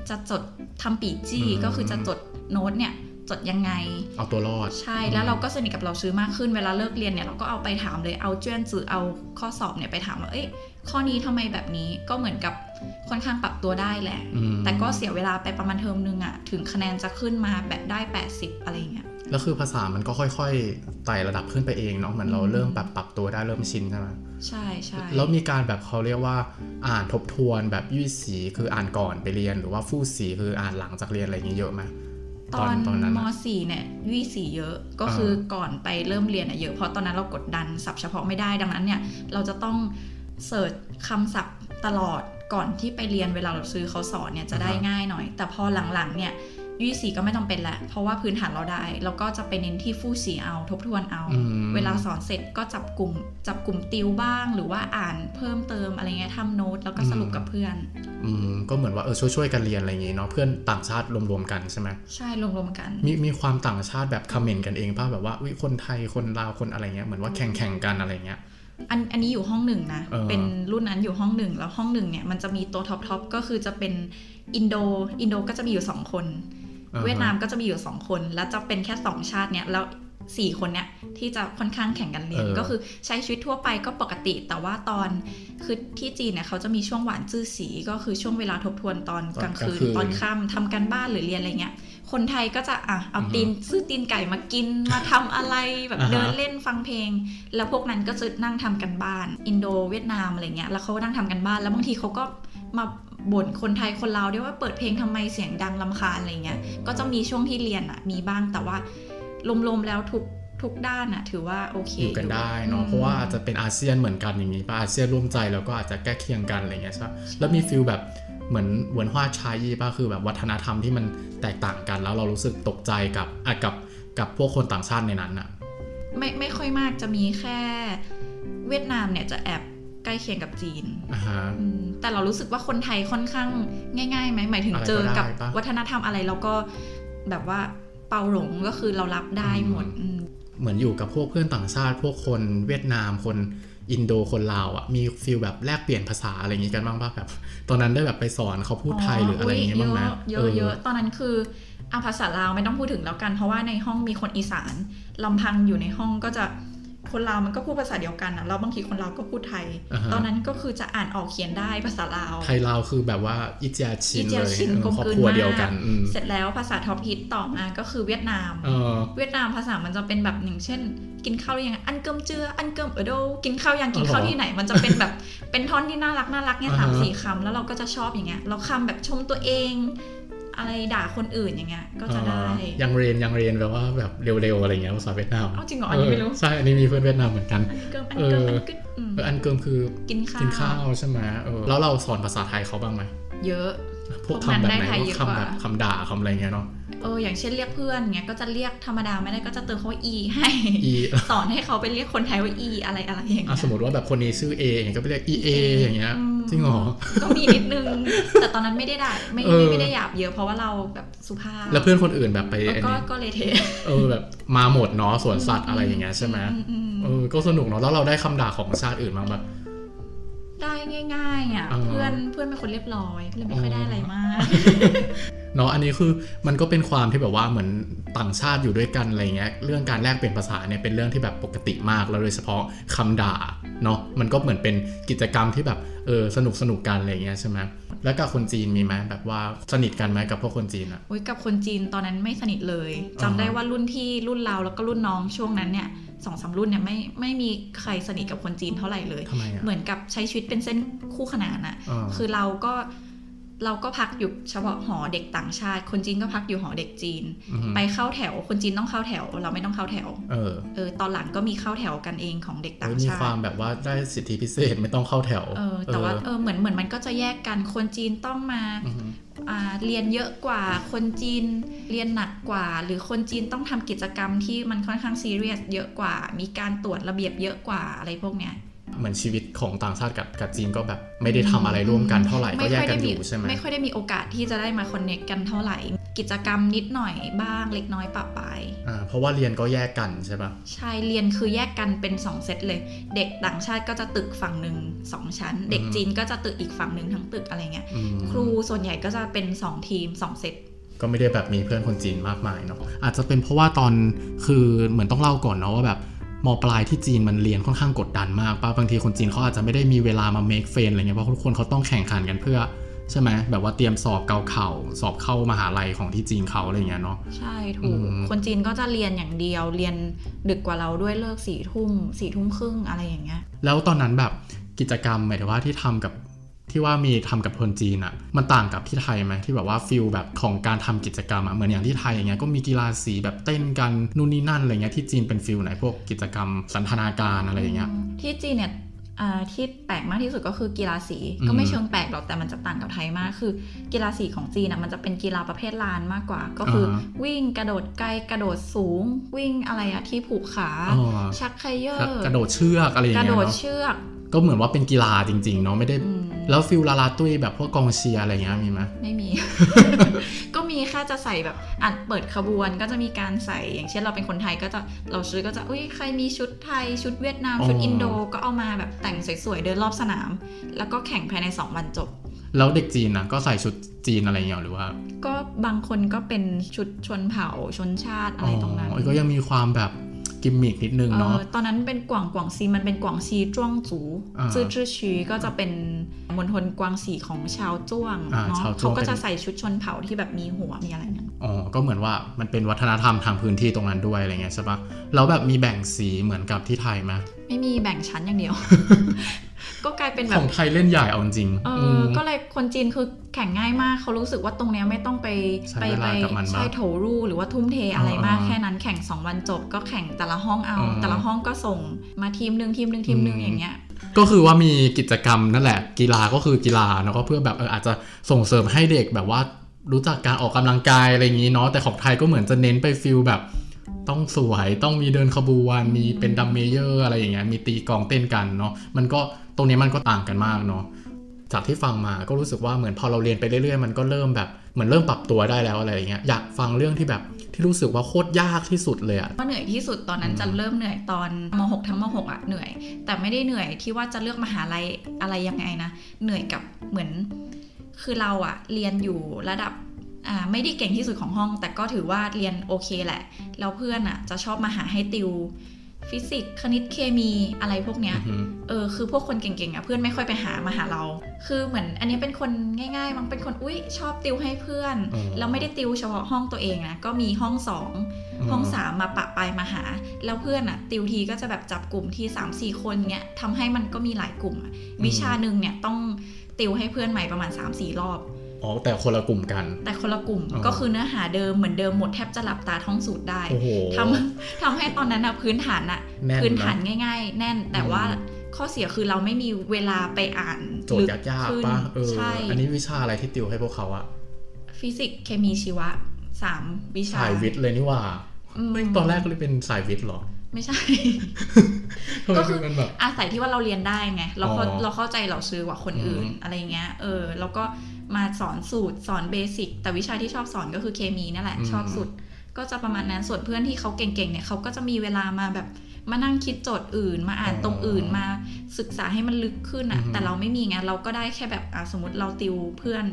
Speaker 2: จะจดทำปีจี้
Speaker 1: อืม
Speaker 2: ก็คือจะจดโน้ตเนี่ยจดยังไง
Speaker 1: เอาตัวรอด
Speaker 2: ใช่แล้วเราก็สนิทกับเราซื้อมากขึ้นเวลาเลิกเรียนเนี่ยเราก็เอาไปถามเลยเอาเจื้อนจือเอาข้อสอบเนี่ยไปถามว่าเอ้ยข้อนี้ทำไมแบบนี้ก็เหมือนกับค่อนข้างปรับตัวได้แหละ
Speaker 1: อืม
Speaker 2: แต่ก็เสียเวลาไปประมาณเทอมนึงอะถึงคะแนนจะขึ้นมาแบบได้ 80 อะไรเงี้ย
Speaker 1: แล้วคือภาษามันก็ค่อยๆไต่ระดับขึ้นไปเองเนาะเหมือนเรา
Speaker 2: อืม
Speaker 1: เริ่มปรับปรับตัวได้เริ่มชินใช่ไหม
Speaker 2: ใช่ใช่
Speaker 1: แล้วมีการแบบเขาเรียกว่าอ่านทบทวนแบบยี่สีคืออ่านก่อนไปเรียนหรือว่าฟู่สีคืออ่านหลังจากเรียนอะไรอย่างเงี้ยเยอะไหม
Speaker 2: ตอน
Speaker 1: ตอนนั้น
Speaker 2: ม
Speaker 1: อะ
Speaker 2: สี่เนี่ยยี่สี่เยอะก็คือก่อนไปเริ่มเรียนอะเยอะเพราะตอนนั้นเรากดดันศัพท์เฉพาะไม่ได้ดังนั้นเนี่ยเราจะต้องเสิร์ชคำศัพท์ตลอดก่อนที่ไปเรียนเวลาเราซื้อเขาสอนเนี่ยจะได้
Speaker 1: อ่าฮะ
Speaker 2: ง่ายหน่อย แต่พอหลังๆเนี่ยยี่สี่ก็ไม่จำเป็นละเพราะว่าพื้นฐานเราได้เราก็จะไปเน้นที่ฟู่สีเอาทบทวนเอา
Speaker 1: อืม
Speaker 2: เวลาสอนเสร็จก็จับกลุ่มจับกลุ่มติวบ้าง หรือว่าอ่านเพิ่มเติมอะไรเงี้ยทำโน้ตแล้วก็สรุปกับเพื่อน
Speaker 1: อืมก็เหมือนว่าเออช่วยๆกันเรียนอะไรอย่างงี้เนาะเพื่อนต่างชาติรวมๆกันใช่ไหม
Speaker 2: ใช่รวมๆกัน
Speaker 1: มีมีความต่างชาติแบบคอมเมนต์กันเองป่ะแบบว่าอุ้ยคนไทยคนลาวคนอะไรเงี้ยเหมือนว่าแข่งแข่งๆกันอะไรเงี้ย
Speaker 2: อันอันนี้อยู่ห้องหนึ่งนะ
Speaker 1: เออ
Speaker 2: นรุ่นนั้นอยู่ห้องหนึ่งแล้วห้องหนึ่งเนี่ยมันจะมีตัวท็อปทอปก็คือจะเป็นอินโดอินโดก็จะมีอยู่สองคน
Speaker 1: อ่ฮะ
Speaker 2: เวียดนามก็จะมีอยู่สองคน แล้วจะเป็นแค่สองชาติเนี่ยแล้วสี่คนเนี่ยที่จะค่อนข้างแข่งกันเรียนก็คือใช้ชีวิตทั่วไปก็ปกติ แต่ว่าตอนคือที่จีนเนี่ยเขาจะมีช่วงหวานจื้อสีก็คือช่วงเวลาทบทวนตอนกลางคืนตอนค่ำทำกันบ้านหรือเรียนอะไรเงี้ยคนไทยก็จะอ่ะเอาตีนซื้อตีนไก่มากินมาทำอะไรแบบเดินเล่นฟังเพลง แล้วพวกนั้นก็จะนั่งทำกันบ้าน อินโดเวียดนามอะไรเงี้ยแล้วเขาก็นั่งทำกันบ้านแล้วบางทีเขาก็มาบ่นคนไทยคนลาวด้วยว่าเปิดเพลงทำไมเสียงดังลำคาญอะไรเงี้ยก็จะมีช่วงที่เรียนอะมีบ้างแต่ว่ารวมๆแล้วทุกทุกด้านอะถือว่าโอเค
Speaker 1: อยู่กันได้เนาะ
Speaker 2: อืม
Speaker 1: เพราะว่าอาจจะเป็นอาเซียนเหมือนกันอย่างงี้ป่ะอาเซียนร่วมใจแล้วก็อาจจะแก้เคียงกันอะไรเงี้ยใช่ปะแล้วมีฟิลแบบเหมือนเหมือนฮวาชายยี่ป่ะคือแบบวัฒนธรรมที่มันแตกต่างกัน แล้วเรารู้สึกตกใจกับอ่ะกับกับพวกคนต่างชาติในนั้นอะ
Speaker 2: ไม่ไม่ค่อยมากจะมีแค่เวียดนามเนี่ยจะแอบใกล้เคียงกับจีน
Speaker 1: อ่าฮะ
Speaker 2: อืมแต่เรารู้สึกว่าคนไทยค่อนข้างง่ายๆไหมหมายถึง
Speaker 1: อะไรก็
Speaker 2: เจอกับ
Speaker 1: ได้ปะ
Speaker 2: วัฒนธรรมอะไรเราก็แบบว่าเปาหลงก็คือเรารับได้หมด
Speaker 1: อืม
Speaker 2: อืม
Speaker 1: เหมือนอยู่กับพวกเพื่อนต่างชาติ พวกคนเวียดนามคน อินโดคนลาวอะมีฟิลแบบแลกเปลี่ยนภาษาอะไรอย่างงี้กันบ้างป่ะแบบ ตอนนั้นได้แบบไปสอนเขาพูดไทยหรืออะไรอย่างเงี้ยบ้างไหม
Speaker 2: เยอะเยอะๆตอนนั้นคืออาภาษาลาวไม่ต้องพูดถึงแล้วกัน เพราะว่าในห้องมีคนอีสานลำพังอยู่ในห้องก็จะคนลาวมันก็พูดภาษาเดียวกันอะแล้วบางทีคนลาวก็พูดไทย
Speaker 1: าฮะ
Speaker 2: ตอนนั้นก็คือจะอ่านออกเขียนได้ภาษาลาว
Speaker 1: ไทยลาวคือแบบว่าอิจยาชิน
Speaker 2: อิ
Speaker 1: เลย
Speaker 2: จาย ชิน
Speaker 1: เออก
Speaker 2: ลม
Speaker 1: ครอบ
Speaker 2: กลืน
Speaker 1: ครัว
Speaker 2: มาก
Speaker 1: เดียวกันอืม
Speaker 2: เสร็จแล้วภาษาท็อปฮิตต่อมาก็คือเวียดนาม
Speaker 1: เออ
Speaker 2: เวียดนามภาษามันจะเป็นแบบอย่างเช่น กินข้าวหรือยังอันเกิมเจืออันเกิมเออโดกินข้าวยังกินข้าวที่ไหน มันจะเป็นแบบ เป็นท่อนที่น่ารักน่ารักเนี่ยสามสี่คำแล้วเราก็จะชอบอย่างเงี้ยเราคำแบบชมตัวเอง อะไรด่าคนอื่นอย่างเงี้ยก็จะได้
Speaker 1: เออยังเรียนยังเรียนแบบว่าแบบเร็วๆอะไรเงี้ยภาษาเวียดนาม
Speaker 2: เอาจริงเหรออันนี้ไม่รู้
Speaker 1: เออใช่อันนี้มีเพื่อนเวียดนามเหมือนกัน
Speaker 2: อันเกิมอันเกิมอันกึดอืม
Speaker 1: เอออันเกิมคือ
Speaker 2: กินข้าว
Speaker 1: กินข้าวใช่ไหมเออแล้วเราสอนภาษาไทยเขาบ้างไหม
Speaker 2: เยอะ
Speaker 1: พวกคำแบบไหน
Speaker 2: พวกนั้นได้ไทย
Speaker 1: พว
Speaker 2: เย
Speaker 1: ก
Speaker 2: อะ
Speaker 1: คำแบบ
Speaker 2: กว่า
Speaker 1: คำด่าคำอะไรเงี้ยเนาะ
Speaker 2: เอออย่างเช่นเรียกเพื่อนเงี้ยก็จะเรียกธรรมดาไม่ได้ก็จะเติมเขาว่าอีให้ *laughs*
Speaker 1: อี
Speaker 2: สอนให้เขาไปเรียกคนไทยว่าอีอะไรอะไรอย่าง
Speaker 1: อ่ะ
Speaker 2: เงี้ย
Speaker 1: สมมติว่าแบบคนนี้ชื่อ A อย่างเงี้ยก็ไปเรียก E A อย่างเงี้ย
Speaker 2: อืม
Speaker 1: จริงเหรอ
Speaker 2: ก็มีนิดนึง แต่ตอนนั้นไม่ได้ด่าไม่
Speaker 1: เออ
Speaker 2: ไม่ได้หยาบเยอะเพราะว่าเราแบบสุภาพ
Speaker 1: แล้วเพื่อนคนอื่นแบบไป
Speaker 2: เออ
Speaker 1: อัน
Speaker 2: ก็
Speaker 1: นี้
Speaker 2: ก็เลยเทะ
Speaker 1: เออแบบมาหมดเนาะสวนสัตว์อะไรอย่างเงี้ยใช่ไหม
Speaker 2: อือืม
Speaker 1: เออก็สนุกเนาะแล้วเราได้คำด่าของชาติอื่นบ้างปะ
Speaker 2: ได้ง่ายๆอ่ะ
Speaker 1: เออ
Speaker 2: เพื่อนเพื่อนเป็นคนเรียบร้อยก็เลยไม่ค่อยได้อะไรมาก
Speaker 1: เนาะอันนี้คือมันก็เป็นความที่แบบว่าเหมือนต่างชาติอยู่ด้วยกันอะไรเงี้ยเรื่องการแลกเปลี่ยนภาษาเนี่ยเป็นเรื่องที่แบบปกติมากแล้วโดยเฉพาะคำด่าเนาะมันก็เหมือนเป็นกิจกรรมที่แบบเออสนุกสนุกๆกันอะไรเงี้ยใช่ไหมแล้วกับคนจีนมีไหมแบบว่าสนิทกันไหมกับพวกคนจีนอะ
Speaker 2: อุ้ยกับคนจีนตอนนั้นไม่สนิทเลยจำ
Speaker 1: อ่าฮะ
Speaker 2: ได้ว่ารุ่นพี่รุ่นเราแล้วก็รุ่นน้องช่วงนั้นเนี่ยสองสามรุ่นเนี่ยไม่ไม่มีใครสนิทกับคนจีนเท่าไหร่เลย
Speaker 1: ทำไมอะ
Speaker 2: เหมือนกับใช้ชีวิตเป็นเส้นคู่ขนานอะ
Speaker 1: อ่า
Speaker 2: คือเราก็เราก็พักอยู่เฉพาะหอเด็กต่างชาติ คนจีนก็พักอยู่หอเด็กจีน
Speaker 1: อือฮึ
Speaker 2: ไปเข้าแถว คนจีนต้องเข้าแถว เราไม่ต้องเข้าแถว
Speaker 1: เออ
Speaker 2: เออตอนหลังก็มีเข้าแถวกันเองของเด็กต่าง
Speaker 1: มี
Speaker 2: ชา
Speaker 1: ความ
Speaker 2: ติ
Speaker 1: แบบว่าได้สิทธิพิเศษไม่ต้องเข้าแถว
Speaker 2: เออแต่ว่า
Speaker 1: เออ
Speaker 2: เออเหมือนเหมือนมันก็จะแยกกัน คนจีนต้องมา
Speaker 1: อือฮึ
Speaker 2: อ่าเรียนเยอะกว่า คนจีนเรียนหนักกว่า หรือคนจีนต้องทำกิจกรรมที่มันค่อนข้างซีเรียสเยอะกว่า มีการตรวจระเบียบเยอะกว่าอะไรพวกเนี้ย
Speaker 1: เหมือนชีวิตของต่างชาติกับกับจีนก็แบบไม่ได้ทำอะไรร่วมกันเท่าไหร่ก็แยกกันอยู่ใช่ไหม
Speaker 2: ไม่ค่อยได้มีโอกาสที่จะได้มาคอนเน็กกันเท่าไหร่ กิจกรรมนิดหน่อยบ้างเล็กน้อยปะปาย
Speaker 1: อ่าเพราะว่าเรียนก็แยกกันใช่ปะ
Speaker 2: ใช่เรียนคือแยกกันเป็น 2 เซตเลย เด็กต่างชาติก็จะตึกฝั่งหนึ่งสองชั้น เด็กจีนก็จะตึกอีกฝั่งหนึ่งทั้งตึกอะไรเงี้ย
Speaker 1: อืม
Speaker 2: ครูส่วนใหญ่ก็จะเป็น 2 ทีม 2 เซต
Speaker 1: ก็ไม่ได้แบบมีเพื่อนคนจีนมากมายเนาะอาจจะเป็นเพราะว่าตอนคือเหมือนต้องเล่าก่อนเนาะว่าแบบมปลายที่จีนมันเรียนค่อนข้างกดดันมากป่ะบางทีคนจีนเขาอาจจะไม่ได้มีเวลามา make friend อะไรเงี้ยเพราะทุกคนเขาต้องแข่งขันกันเพื่อใช่ไหมแบบว่าเตรียมสอบเกาเข่าสอบเข้ามหาลัยของที่จีนเขาอะไรเงี้ยเนาะ
Speaker 2: ใช่ถูก
Speaker 1: อืม
Speaker 2: คนจีนก็จะเรียนอย่างเดียวเรียนดึกกว่าเราด้วยเลิกสี่ทุ่มสี่ทุ่มครึ่งอะไรอย่างเงี้ย
Speaker 1: แล้วตอนนั้นแบบกิจกรรมหมายถึงว่าที่ทำกับที่ว่ามีทำกับคนจีนอะมันต่างกับที่ไทยไหมที่แบบว่าฟิลแบบของการทำกิจกรรมอะเหมือนอย่างที่ไทยอย่างเงี้ยก็มีกีฬาสีแบบเต้นกันนู่นนี่นั่นอะไรเงี้ยที่จีนเป็นฟิลไหนพวกกิจกรรมสันทนาการอะไรอย่างเงี้ย
Speaker 2: ที่จีนเนี่ยอ่าที่แปลกมากที่สุดก็คือกีฬาสี
Speaker 1: อืม
Speaker 2: ก็ไม่เชิงแปลกหรอกแต่มันจะต่างกับไทยมาก คือ กีฬาสีของจีนอ่ะมันจะเป็นกีฬาประเภทลานมากกว่า ก็คืออวิ่งกระโดดไกลกระโดดสูง วิ่งอะไรอะที่ผูกขา
Speaker 1: อ๋อ
Speaker 2: ชักไคเยอก
Speaker 1: ระ
Speaker 2: ร์
Speaker 1: กระโดดเชือกอะไรอย่าง
Speaker 2: กระ
Speaker 1: เงี้
Speaker 2: โด
Speaker 1: ย
Speaker 2: ด
Speaker 1: เนาะ
Speaker 2: เชือก
Speaker 1: ก็เหมือนว่าเป็นกีฬาจริงๆเนาะไม่ได้
Speaker 2: อืม
Speaker 1: แล้วฟิลลาลาตุ้ยแบบพวกกองเชียร์อะไรเงี้ยมีไหม
Speaker 2: ไม่
Speaker 1: *laughs*
Speaker 2: มี ก็มีแค่จะใส่แบบอัดเปิดขบวนก็จะมีการใส่ อย่างเช่นเราเป็นคนไทยก็จะเราซื้อก็จะอุ้ยใครมีชุดไทยชุดเวียดนามชุดอินโดก็เอามาแบบแต่งสวยๆเดินรอบสนาม แล้วก็แข่งภายในสองวันจบ
Speaker 1: แล้วเด็กจีนนะก็ใส่ชุดจีนอะไรเงี้ยหรือว่า
Speaker 2: ก็บางคนก็เป็นชุดชนเผ่าชนชาติอะไรตรงนั้น
Speaker 1: อ๋อก็ยังมีความแบบกิมมิคนิดนึง
Speaker 2: เอ
Speaker 1: เนาะ
Speaker 2: อตอนนั้นเป็นกวางกวางซีมันเป็นกวางซีจ้วงจู
Speaker 1: อ่า
Speaker 2: ซื่อชื่อชีก็จะเป็นมณฑลกวางซีของชาวจ้วง
Speaker 1: อ่า
Speaker 2: เนาะ
Speaker 1: ชาวจ้ว
Speaker 2: เขา
Speaker 1: ง
Speaker 2: ก็จะใส่ชุดชนเผ่าที่แบบมีหัวมีอะไรเนี่ย
Speaker 1: อ๋อ ก็เหมือนว่ามันเป็นวัฒนธรรมทางพื้นที่ตรงนั้นด้วยอะไรเงี้ยใช่ปะแล้วแบบมีแบ่งสีเหมือนกับที่ไทยไหม
Speaker 2: ไม่มีแบ่งชั้น
Speaker 1: *laughs*
Speaker 2: อย่างเดียว ก็กลายเป็นแบ
Speaker 1: ข
Speaker 2: บ
Speaker 1: องไทยเล่นใหญ่เอาจริง
Speaker 2: เออ
Speaker 1: ม
Speaker 2: อก็เลยคนจีนคือแข่งง่ายมากเขารู้สึกว่าตรงเนี้ยไม่ต้องไป
Speaker 1: ใช้
Speaker 2: ไป
Speaker 1: เวลา
Speaker 2: ไป
Speaker 1: กับมันมาก
Speaker 2: ใช่โถรูหรือว่าทุ่มเทอะไรมาก
Speaker 1: อ่า
Speaker 2: แค่นั้นแข่งสองวันจบ ก็แข่งแต่ละห้องเอา
Speaker 1: อ่า
Speaker 2: แต่ละห้องก็ส่งมาทีมหนึ่งทีมหนึ่งทีมหนึ่ง
Speaker 1: อืม
Speaker 2: อย่างเงี้ย
Speaker 1: ก็คือว่ามีกิจกรรมนั่นแหละ กีฬาก็คือกีฬาเนาะก็เพื่อแบบเอออาจจะส่งเสริมให้เด็กแบบว่ารู้จักการออกกำลังกายอะไรอย่างนี้เนาะ แต่ของไทยก็เหมือนจะเน้นไปฟิลแบบ ต้องสวย ต้องมีเดินขบวน มีเป็นดัมเมเยอร์อะไรอย่างเงี้ย มีตีกลองเต้นกันเนาะ มันก็ตรงเนี้ยมันก็ต่างกันมากเนาะ จากที่ฟังมาก็รู้สึกว่าเหมือนพอเราเรียนไปเรื่อยๆ มันก็เริ่มแบบเหมือนเริ่มปรับตัวได้แล้วอะไรอย่างเงี้ย อยากฟังเรื่องที่แบบ ที่รู้สึกว่าโคตรยากที่สุดเลยอะ
Speaker 2: ก็เหนื่อยที่สุดตอนนั้นจะเริ่มเหนื่อยตอนม .6 ทั้งม .6 อะเหนื่อย แต่ไม่ได้เหนื่อยที่ว่าจะเลือกมหาลัยอะไรยังไงนะเหนื่อยกับเหมือน คือเราอะเรียนอยู่ระดับอ่าไม่ได้เก่งที่สุดของห้อง แต่ก็ถือว่าเรียนโอเคแหละแล้วเพื่อนอะจะชอบมาหาให้ติว ฟิสิกส์คณิตเคมีอะไรพวกเนี้ย
Speaker 1: อือฮึ
Speaker 2: เออคือพวกคนเก่งๆอ่ะเพื่อนไม่ค่อยไปหามาหาเรา คือเหมือนอันนี้เป็นคนง่ายๆ มั้งเป็นคนอุ้ยชอบติวให้เพื่อน
Speaker 1: อืม
Speaker 2: แล้วไม่ได้ติวเฉพาะห้องตัวเองนะก็มีห้องสองห้องสามมาปะปลายมาหา แล้วเพื่อนอ่ะติวทีก็จะแบบจับกลุ่มที่3ามสี่คนเนี้ยทำให้มันก็มีหลายกลุ่มอะวิชาหนึ่งเนี่ยต้องติวให้เพื่อนใหม่ประมาณ3ามสี่รอบ
Speaker 1: อ๋อแต่คนละกลุ่มกัน
Speaker 2: แต่คนละกลุ่ม
Speaker 1: อ๋อ
Speaker 2: ก็คือเนื้อหาเดิมเหมือนเดิมหมดแทบจะหลับตาท่องสูตรได้
Speaker 1: โอ้โห
Speaker 2: ทำท *laughs* ำให้ตอนนั้นอะพื้นฐานอะ
Speaker 1: แน่น
Speaker 2: พื้น
Speaker 1: นะ
Speaker 2: ฐานง่ายๆ แน่นแต่
Speaker 1: อืม
Speaker 2: ว่าข้อเสียคือเราไม่มีเวลาไปอ่าน
Speaker 1: โจทย์ยาก
Speaker 2: ลึ
Speaker 1: ๆป่ะเออ
Speaker 2: ใช่
Speaker 1: อันนี้วิชาอะไรที่ติวให้พวกเขาอะ
Speaker 2: ฟิสิกส์เคมีชีวะสามวิชา
Speaker 1: สายวิทย์เลยนี่หว่า
Speaker 2: อืม
Speaker 1: ไม่ตอนแรกเลยเป็นสายวิทย์เหรอ
Speaker 2: ไม่ใช่
Speaker 1: ทำไม
Speaker 2: ก็คือ
Speaker 1: มันแบบ
Speaker 2: อาศัยที่ว่าเราเรียนได้ไง เราเข้า
Speaker 1: อ๋อ
Speaker 2: เราเข้าใจเราซื้อกว่าคนอื่น
Speaker 1: อืม
Speaker 2: อะไรเงี้ยเออแล้วก็มาสอนสูตรสอนเบสิกแต่วิชาที่ชอบสอนก็คือเคมีนั่นแหละ ชอบสุด ก็จะประมาณนั้นส่วนเพื่อนที่เขาเก่งๆเนี่ยเขาก็จะมีเวลามาแบบมานั่งคิดโจทย์อื่น มาอ่านตรงอื่นมาศึกษาให้มันลึกขึ้นอ่ะ
Speaker 1: อือฮึ
Speaker 2: แต่เราไม่มีไงเราก็ได้แค่แบบอ่ะสมมติเราติวเพื่อน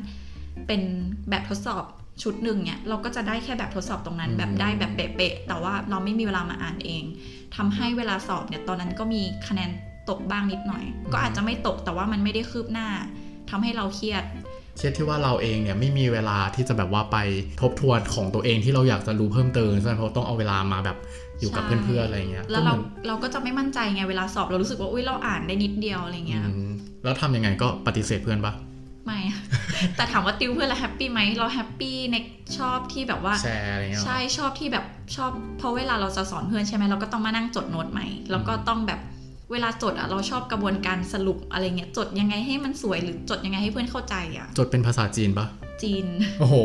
Speaker 2: เป็นแบบทดสอบชุดหนึ่งเนี่ยเราก็จะได้แค่แบบทดสอบตรงนั้น แบบได้แบบเป๊ะๆแต่ว่าเราไม่มีเวลามาอ่านเอง ทำให้เวลาสอบเนี่ยตอนนั้นก็มีคะแนนตกบ้างนิดหน่อย ก็อาจจะไม่ตกแต่ว่ามันไม่ได้คืบหน้าทำให้เราเครียด
Speaker 1: เช่นที่ว่าเราเองเนี่ยไม่มีเวลาที่จะแบบว่าไปทบทวนของตัวเองที่เราอยากจะรู้เพิ่มเติมใช่ไหมเพราะต้องเอาเวลามาแบบอยู่กับ
Speaker 2: ใช่
Speaker 1: เพื่อนๆอะไรอย่างเงี้ย
Speaker 2: แล้วเรา
Speaker 1: ก็หมือน
Speaker 2: เราก็จะไม่มั่นใจไงเวลาสอบเรารู้สึกว่าอุ้ยเราอ่านได้นิดเดียวอะไรเงี้ย
Speaker 1: อืมแล้วทำยังไงก็ปฏิเสธเพื่อนปะ
Speaker 2: ไม่ *laughs* แต่ถามว่าติวเพื่อนเราแฮปปี้ไหมเราแฮปปี้ในชอบที่แบบว่า
Speaker 1: แชร์อะไรเงี้ยเหรอ
Speaker 2: ใช่ชอบที่แบบชอบเพราะเวลาเราจะสอนเพื่อนใช่ไหมเราก็ต้องมานั่งจดโน้ตใหม่แล้วก็ต้องแบบเวลาจดอะเราชอบกระบวนการสรุปอะไรเงี้ยจดยังไงให้มันสวยหรือจดยังไงให้เพื่อนเข้าใจอะ
Speaker 1: จดเป็นภาษาจีนปะ
Speaker 2: จีน
Speaker 1: โอ้โห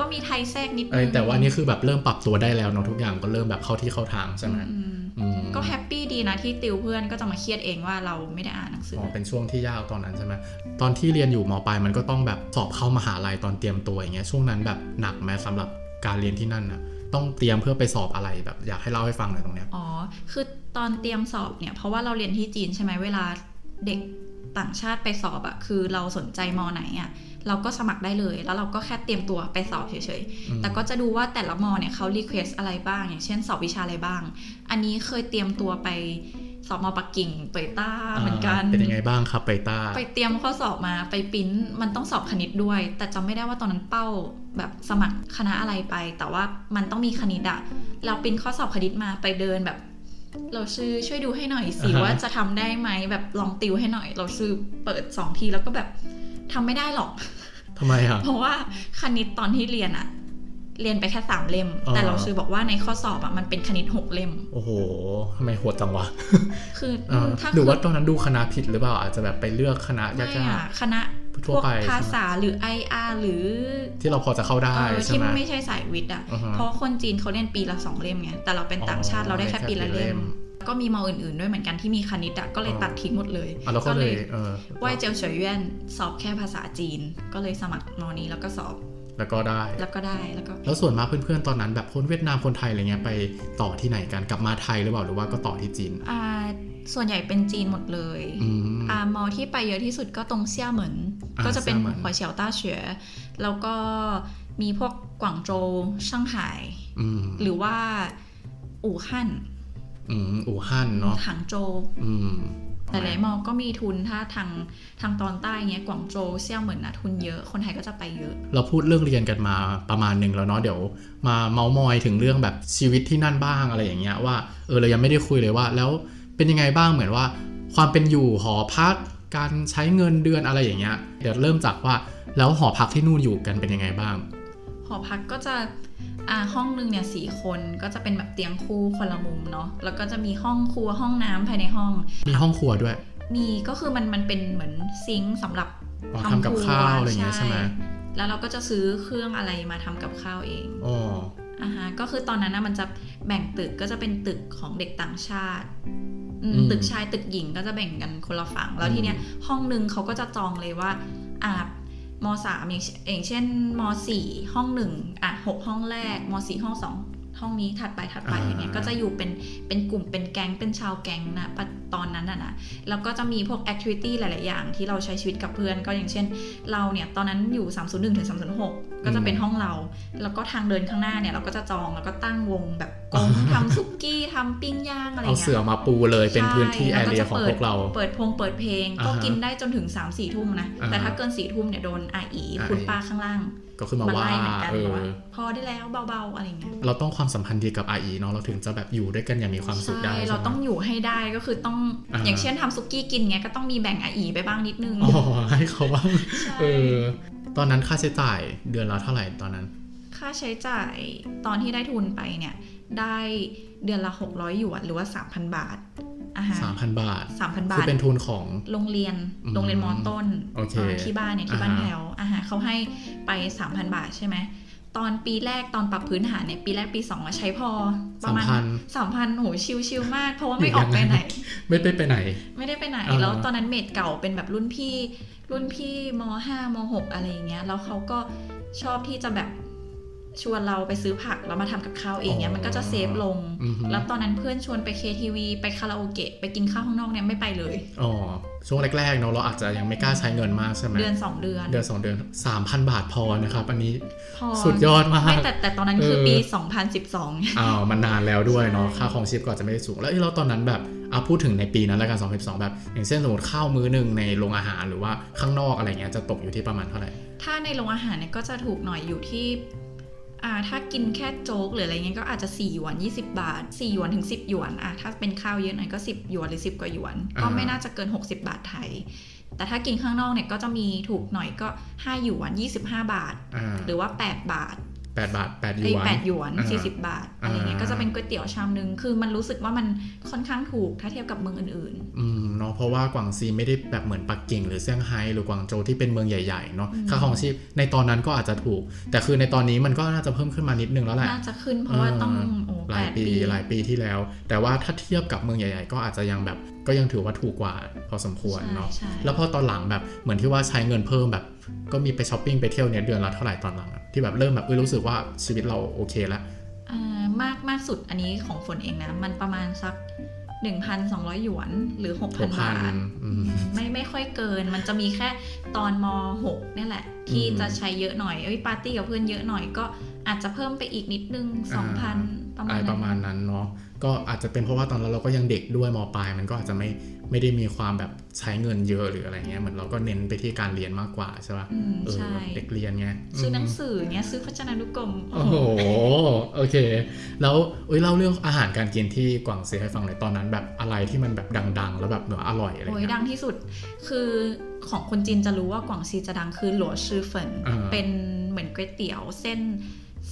Speaker 2: ก็มีไทยแทรกนิด
Speaker 1: เอ้
Speaker 2: นึ
Speaker 1: ย
Speaker 2: ง
Speaker 1: แต่ว่านี่คือแบบเริ่มปรับตัวได้แล้วเนาะทุกอย่างก็เริ่มแบบเข้าที่เข้าทางใช่ไหม
Speaker 2: อืม
Speaker 1: อืม
Speaker 2: ก็แฮปปี้ดีนะที่ติวเพื่อนก็จะมาเครียดเองว่าเราไม่ได้อ่านหนังสือ
Speaker 1: อ๋
Speaker 2: อ
Speaker 1: อเป็นช่วงที่ยาวตอนนั้นใช่ไหมตอนที่เรียนอยู่มปลายมันก็ต้องแบบสอบเข้ามหาลัยตอนเตรียมตัวอย่างเงี้ยช่วงนั้นแบบหนักไหมสำหรับการเรียนที่นั่นนะต้องเตรียมเพื่อไปสอบอะไรแบบอยากให้เล่าให้ฟังหน่อยตรงเนี้ย
Speaker 2: อ๋อ คือตอนเตรียมสอบเนี่ย เพราะว่าเราเรียนที่จีนใช่ไหมเวลาเด็กต่างชาติไปสอบอะคือเราสนใจมอไหนอะเราก็สมัครได้เลย แล้วเราก็แค่เตรียมตัวไปสอบเฉย
Speaker 1: อืม
Speaker 2: ๆ แต่ก็จะดูว่าแต่ละมอเนี่ยเขารีเควสอะไรบ้าง อย่างเช่นสอบวิชาอะไรบ้าง อันนี้เคยเตรียมตัวไปสอบมอปักกิ่งโตยต้าเหมือนกัน
Speaker 1: เป็นยังไงบ้างครับไปต้า
Speaker 2: ไปเตรียมข้อสอบมาไปปริ้นมันต้องสอบคณิตด้วย แต่จำไม่ได้ว่าตอนนั้นเป้าแบบสมัครคณะอะไรไป แต่ว่ามันต้องมีคณิตอะเราปริ้นข้อสอบคณิตมาไปเดินแบบ เราซื้อช่วยดูให้หน่อยสิ
Speaker 1: อ่าฮะ
Speaker 2: ว่าจะทำได้ไหมแบบลองติวให้หน่อย เราซื้อเปิดสองทีแล้วก็แบบทำไม่ได้หรอก *laughs*
Speaker 1: ทำไมอ่ะ
Speaker 2: เพราะว่าคณิตตอนที่เรียนอะเรียนไปแค่สามเล่ม
Speaker 1: อ่า
Speaker 2: แต่เราซื้อบอกว่าในข้อสอบอะมันเป็นคณิตหกเล่ม
Speaker 1: โอ้โหทำไมโหดจังวะ
Speaker 2: คือ
Speaker 1: อ่า
Speaker 2: ถ้า
Speaker 1: หรือว่า
Speaker 2: คื
Speaker 1: ตอนนั้นดูคณะผิดหรือเปล่าอาจจะแบบไปเลือกคณะยา
Speaker 2: ไม่
Speaker 1: ก
Speaker 2: อะคณะ
Speaker 1: ๆ
Speaker 2: พ
Speaker 1: ทั่ว
Speaker 2: วก
Speaker 1: ไป
Speaker 2: ภา
Speaker 1: ใช่ไหม
Speaker 2: ษาหรือ IR หรือ
Speaker 1: ที่เราพอจะเข้าได้
Speaker 2: เออ
Speaker 1: ใช่
Speaker 2: ที่
Speaker 1: ไหม
Speaker 2: ไม่ใช่สายวิทย์อ่ะ
Speaker 1: อือฮะ
Speaker 2: เพราะคนจีนเขาเรียนปีละสองเล่มไง แต่เราเป็นต่างชาติ
Speaker 1: อ๋อ
Speaker 2: เราได้แค่
Speaker 1: ได้แค่
Speaker 2: ปีละ
Speaker 1: ปีละเล่
Speaker 2: เล่
Speaker 1: ม
Speaker 2: ม ก็มีมออื่นๆด้วยเหมือนกันที่มีคณิตอ่ะ ก็เลย
Speaker 1: อ๋อ
Speaker 2: ตัดทิ้งหมดเลย
Speaker 1: อ่ะเราก็เลยเออ
Speaker 2: ว่าเจียวเฉยเย่นสอบแค่ภาษาจีน ก็เลยสมัครมอนี้แล้วก็สอบ
Speaker 1: แล้วก็ได้
Speaker 2: แล้วก็ได้ แล้วก็
Speaker 1: แล้วส่วนมากเพื่อนๆ ตอนนั้นแบบคนเวียดนามคนไทยอะไรเงี้ยไปต่อที่ไหนกันกลับมาไทยหรือเปล่าหรือว่าก็ต่อที่จีน
Speaker 2: อ่า ส่วนใหญ่เป็นจีนหมดเลย
Speaker 1: อืม
Speaker 2: อ่ามอที่ไปเยอะที่สุดก็ตรงเซี่ยเหมิน
Speaker 1: อ่า
Speaker 2: ก็จะเป็น
Speaker 1: เซี่ยเหมิน
Speaker 2: หัวเฉียวต้าเฉือแล้วก็มีพวกกวางโจวช่างไห่
Speaker 1: อืม
Speaker 2: หรือว่าอู่ฮั่น
Speaker 1: อืมอู่ฮั่นเนาะ
Speaker 2: หางโจว
Speaker 1: อืม
Speaker 2: หลายๆมอก็มีทุนถ้าทางทางตอนใต้เงี้ยกวางโจวเซี่ยงเหมินนะทุนเยอะคนไทยก็จะไปเยอะ
Speaker 1: เราพูดเรื่องเรียนกันมาประมาณหนึ่งแล้วเนาะเดี๋ยว มาเมามอยถึงเรื่องแบบชีวิตที่นั่นบ้างอะไรอย่างเงี้ยว่าเออเรายังไม่ได้คุยเลยว่า แล้วเป็นยังไงบ้างเหมือนว่า ความเป็นอยู่หอพักการใช้เงินเดือนอะไรอย่างเงี้ยเดี๋ยวเริ่มจากว่าแล้วหอพักที่นู่นอยู่กันเป็นยังไงบ้าง
Speaker 2: หอพักก็จะอ่าห้องหนึ่งเนี่ยสี่คนก็จะเป็นแบบเตียงคู่คนละมุมเนาะแล้วก็จะมีห้องครัวห้องน้ำภายในห้อง
Speaker 1: มีห้องครัวด้วย
Speaker 2: มีก็คือมันมันเป็นเหมือนซิงค์สำหรับ
Speaker 1: อ๋อทำกับ
Speaker 2: ว
Speaker 1: ข้าวอะไรอย่างเงี้ยใช่ไหม
Speaker 2: แล้วเราก็จะซื้อเครื่องอะไรมาทำกับข้าวเอง
Speaker 1: อ๋อ
Speaker 2: อ่าฮะก็คือตอนนั้นนะมันจะแบ่งตึกก็จะเป็นตึกของเด็กต่างชาติอืม
Speaker 1: อืม
Speaker 2: ตึกชายตึกหญิงก็จะแบ่งกันคนละฝั่งแล้ว
Speaker 1: อืม
Speaker 2: ทีเนี้ย ห้องนึงเขาก็จะจองเลยว่าอ่า ม .3 อย่างเช่นอย่างเช่นม .4 ห้อง 1 อ่ะ 6 ห้องแรกม .4 ห้อง 2 ห้องนี้ถัดไปถัดไป
Speaker 1: อ่า
Speaker 2: อย่างเงี้ยก็จะอยู่เป็นเป็นกลุ่มเป็นแก๊งเป็นชาวแก๊งนะปัจตอนนั้นน่ะนะแล้วก็จะมีพวกแอคทิวิตี้หลาย ๆ อย่างที่เราใช้ชีวิตกับเพื่อน ก็อย่างเช่น เราเนี่ยตอนนั้นอยู่ 301ถึง306 ก็จะเป็นห้องเรา แล้วก็ทางเดินข้างหน้าเนี่ยเราก็จะจองแล้วก็ตั้งวงแบบก
Speaker 1: *laughs*
Speaker 2: งทำซุกี้ทำปิ้งย่างอะไร
Speaker 1: เอา
Speaker 2: เงี้ย
Speaker 1: เสือมาปูเลยเป็นพื้นที่
Speaker 2: ใช่
Speaker 1: แอเรีย
Speaker 2: แล้วจะ
Speaker 1: ของพวกเรา
Speaker 2: เปิดพงเปิดเพลง
Speaker 1: อ่าฮะ
Speaker 2: ก็กินได้จนถึง3ามสี่ทุ่มนะ
Speaker 1: อ่าฮะ
Speaker 2: แต่ถ้าเกินสี่ทุ่มเนี่ยโดนอาอี
Speaker 1: อาอี
Speaker 2: คุณป้าข้างล่าง
Speaker 1: ก็ขึ้นมา
Speaker 2: มา
Speaker 1: ว่า
Speaker 2: ไล่เหมือนกัน
Speaker 1: เอ
Speaker 2: บอกว่า
Speaker 1: อ
Speaker 2: พอได้แล้วเบาๆอะไรอย่างเงี้ย
Speaker 1: เราต้องความสัมพันธ์ดีกับ IE เนาะเราถึงจะแบบอยู่ด้วยกันอย่างมีความสุขได้
Speaker 2: ใช่
Speaker 1: ใช่ไหม
Speaker 2: เราต้องอยู่ให้ได้ก็คือต้อง
Speaker 1: อ่า
Speaker 2: อย่างเช่นทำซุกี้กินเงี้ยก็ต้องมีแบ่งอาอีไปบ้างนิดนึง
Speaker 1: อ๋อให้เขาว่า
Speaker 2: ใช่
Speaker 1: เออตอนนั้นค่าใช้จ่ายเดือนละเท่าไหร่ตอนนั้น
Speaker 2: ค่าใช้จ่ายตอนที่ได้ทุนไปเนี่ย ได้เดือนละ600หยวนหรือว่า 3,000 บาทอาหาร
Speaker 1: 3,000 บาท
Speaker 2: 3,000 บา
Speaker 1: คือ
Speaker 2: ท
Speaker 1: เป็นทุนของ
Speaker 2: โรงเรียน
Speaker 1: อืม
Speaker 2: โรงเรียนมอต้น
Speaker 1: โอเค
Speaker 2: อ่าที่บ้านเนี่ยที่บ้าน
Speaker 1: อ่าฮะ
Speaker 2: แถวอาหารเขาให้ไป 3,000 บาทใช่ไหม ตอนปีแรกตอนปรับพื้นฐานเนี่ยปีแรกปี2องอะใช้พอประมาณ
Speaker 1: 3,000
Speaker 2: สามพันโหชิวชิวๆมาก เพราะว่า
Speaker 1: อยู่
Speaker 2: ไม่ออกไป
Speaker 1: ยัง
Speaker 2: ไห
Speaker 1: ไง *laughs*
Speaker 2: น
Speaker 1: ไม่ได้ไปไหน
Speaker 2: ไม่ได้ไปไหน
Speaker 1: อ่าฮะ
Speaker 2: แล้วตอนนั้นเมดเก่าเป็นแบบรุ่นพี่ รุ่นพี่มห้ามหกอะไรอย่างเงี้ยแล้วเขาก็ชอบที่จะแบบชวนเราไปซื้อผักแล้วมาทำกับข้าวเองเนี่ยมันก็จะเซฟลง
Speaker 1: อือฮึ
Speaker 2: แล้วตอนนั้นเพื่อนชวนไป KTV ไปคาราโอเกะไปกินข้าวข้างนอกเนี่ยไม่ไปเลย
Speaker 1: อ๋อช่วงแรกๆเนาะเราอาจจะยังไม่กล้าใช้เงินมากใช่ไหม
Speaker 2: เดือนสองเดือน
Speaker 1: เดือนสองเดือน 3,000 บาทพอนะครับ อันนี้
Speaker 2: พอ
Speaker 1: สุดยอดมาก
Speaker 2: ไม่แต่แต่ตอนนั้นคือ
Speaker 1: เออ
Speaker 2: ปี 2012ไง
Speaker 1: อ้าวมันนานแล้วด้วยเนาะ
Speaker 2: ใช่
Speaker 1: ค่าของชีพก็อาจจะไม่ได้สูง แล้วเอ้ยเราตอนนั้นแบบเอาพูดถึงในปีนั้นแล้วกัน2012 แบบ อย่างเช่นสมมติข้าวมื้อหนึ่งในโรงอาหารหรือว่าข้างนอกอะไรเงี้ยจะตกอยู่ที่ประมาณเท่าไหร่
Speaker 2: ถ้าในโรงอาหารเนี่ยก็จะถูกหน่อยอยู่ที่ อ่า ถ้ากินแค่โจ๊กหรืออะไรเงี้ยก็อาจจะ4หยวน 20 บาท4หยวนถึง 10หยวนอ่ะถ้าเป็นข้าวเยอะหน่อยก็ 10หยวนหรือ 10 กว่าหยวน ก็
Speaker 1: อ่า
Speaker 2: ไม่น่าจะเกิน 60 บาทไทย แต่ถ้ากินข้างนอกเนี่ยก็จะมีถูกหน่อยก็ 5 หยวน 25 บาท
Speaker 1: อ่า
Speaker 2: หรือว่า 8 บาท
Speaker 1: แปดบาทแปดหย
Speaker 2: ไอ้ยวแป
Speaker 1: น
Speaker 2: ดหยวน
Speaker 1: อ่า
Speaker 2: 40 บาทอะไรเงี้ย
Speaker 1: อ่า
Speaker 2: ก็จะเป็นก๋วยเตี๋ยวชามนึงคือมันรู้สึกว่ามันค่อนข้างถูกถ้าเทียบกับเมืองอื่น
Speaker 1: อืมเนาะเพราะว่ากวางซีไม่ได้แบบเหมือนปักกิ่งหรือเซี่ยงไฮ้หรือกวางโจวที่เป็นเมืองใหญ่ๆเนาะ
Speaker 2: อืม
Speaker 1: ค่าของชีพในตอนนั้นก็อาจจะถูก แต่คือในตอนนี้มันก็น่าจะเพิ่มขึ้นมานิดนึงแล้วแหละ
Speaker 2: ๆน่าจะขึ้นเพราะว่าต้อง
Speaker 1: เออ
Speaker 2: โอ้
Speaker 1: ห
Speaker 2: แป
Speaker 1: ลาย
Speaker 2: ด
Speaker 1: ปี
Speaker 2: ปี
Speaker 1: หลายปีที่แล้ว แต่ว่าถ้าเทียบกับเมืองใหญ่ ๆ ก็อาจจะยังแบบก็ยังถือว่าถูกกว่าพอสมควรเนาะ
Speaker 2: ใช่ใช่
Speaker 1: แล้วพอตอนหลังแบบเหมือนที่ว่าใช้เงินเพิ่มแบบ ก็มีไปช้อปปิ้งไปเที่ยวเนี่ยเดือนละเท่าไหร่ตอนหลังอะที่แบบเริ่มแบบเออรู้สึกว่าชีวิตเราโอเคแล้ว
Speaker 2: อ่ามากมากสุดอันนี้ของฝนเองนะ มันประมาณสัก 1,200 หยวนหรือ 6,000 บาท
Speaker 1: 6,000อืม
Speaker 2: ไม่ไม่ค่อยเกิน มันจะมีแค่ตอนม .6 เนี่ยแหละ ที่
Speaker 1: อืม
Speaker 2: จะใช้เยอะหน่อยเอ้ยปาร์ตี้กับเพื่อนเยอะหน่อยก็อาจจะเพิ่มไปอีกนิดนึง
Speaker 1: อ่า
Speaker 2: 2,000 ประ
Speaker 1: อะ
Speaker 2: มา
Speaker 1: ไร
Speaker 2: ณ
Speaker 1: ประมา
Speaker 2: นั้
Speaker 1: ณนั้น
Speaker 2: น
Speaker 1: เนาะก็อาจจะเป็นเพราะว่าตอนนั้นเราก็ยังเด็กด้วยมปลายมันก็อาจจะไม่ไม่ได้มีความแบบใช้เงินเยอะหรืออะไรเงี้ยเหมือนเราก็เน้นไปที่การเรียนมากกว่าใช่ปะ
Speaker 2: อืม
Speaker 1: เออ
Speaker 2: ใช่
Speaker 1: เด็กเรียนไง
Speaker 2: ซื้อหนัง
Speaker 1: ม
Speaker 2: สือเงี้ยซื้อพจนานุกรม
Speaker 1: โอ้โห โอเค แล้วเอ้ยเล่าเรื่องอาหารการกินที่กวางเซียให้ฟังหน่อยตอนนั้นแบบอะไรที่มันแบบดัง ๆ แล้วแบบเหนืออร่อยอะไร
Speaker 2: โอ้ย
Speaker 1: เงี้ย
Speaker 2: ดังที่สุดคือของคนจีนจะรู้ว่ากวางซีจะดังคือหลัวชื่อเฟิน
Speaker 1: อ่า
Speaker 2: เป็นเหมือนก๋วยเตี๋ยวเส้น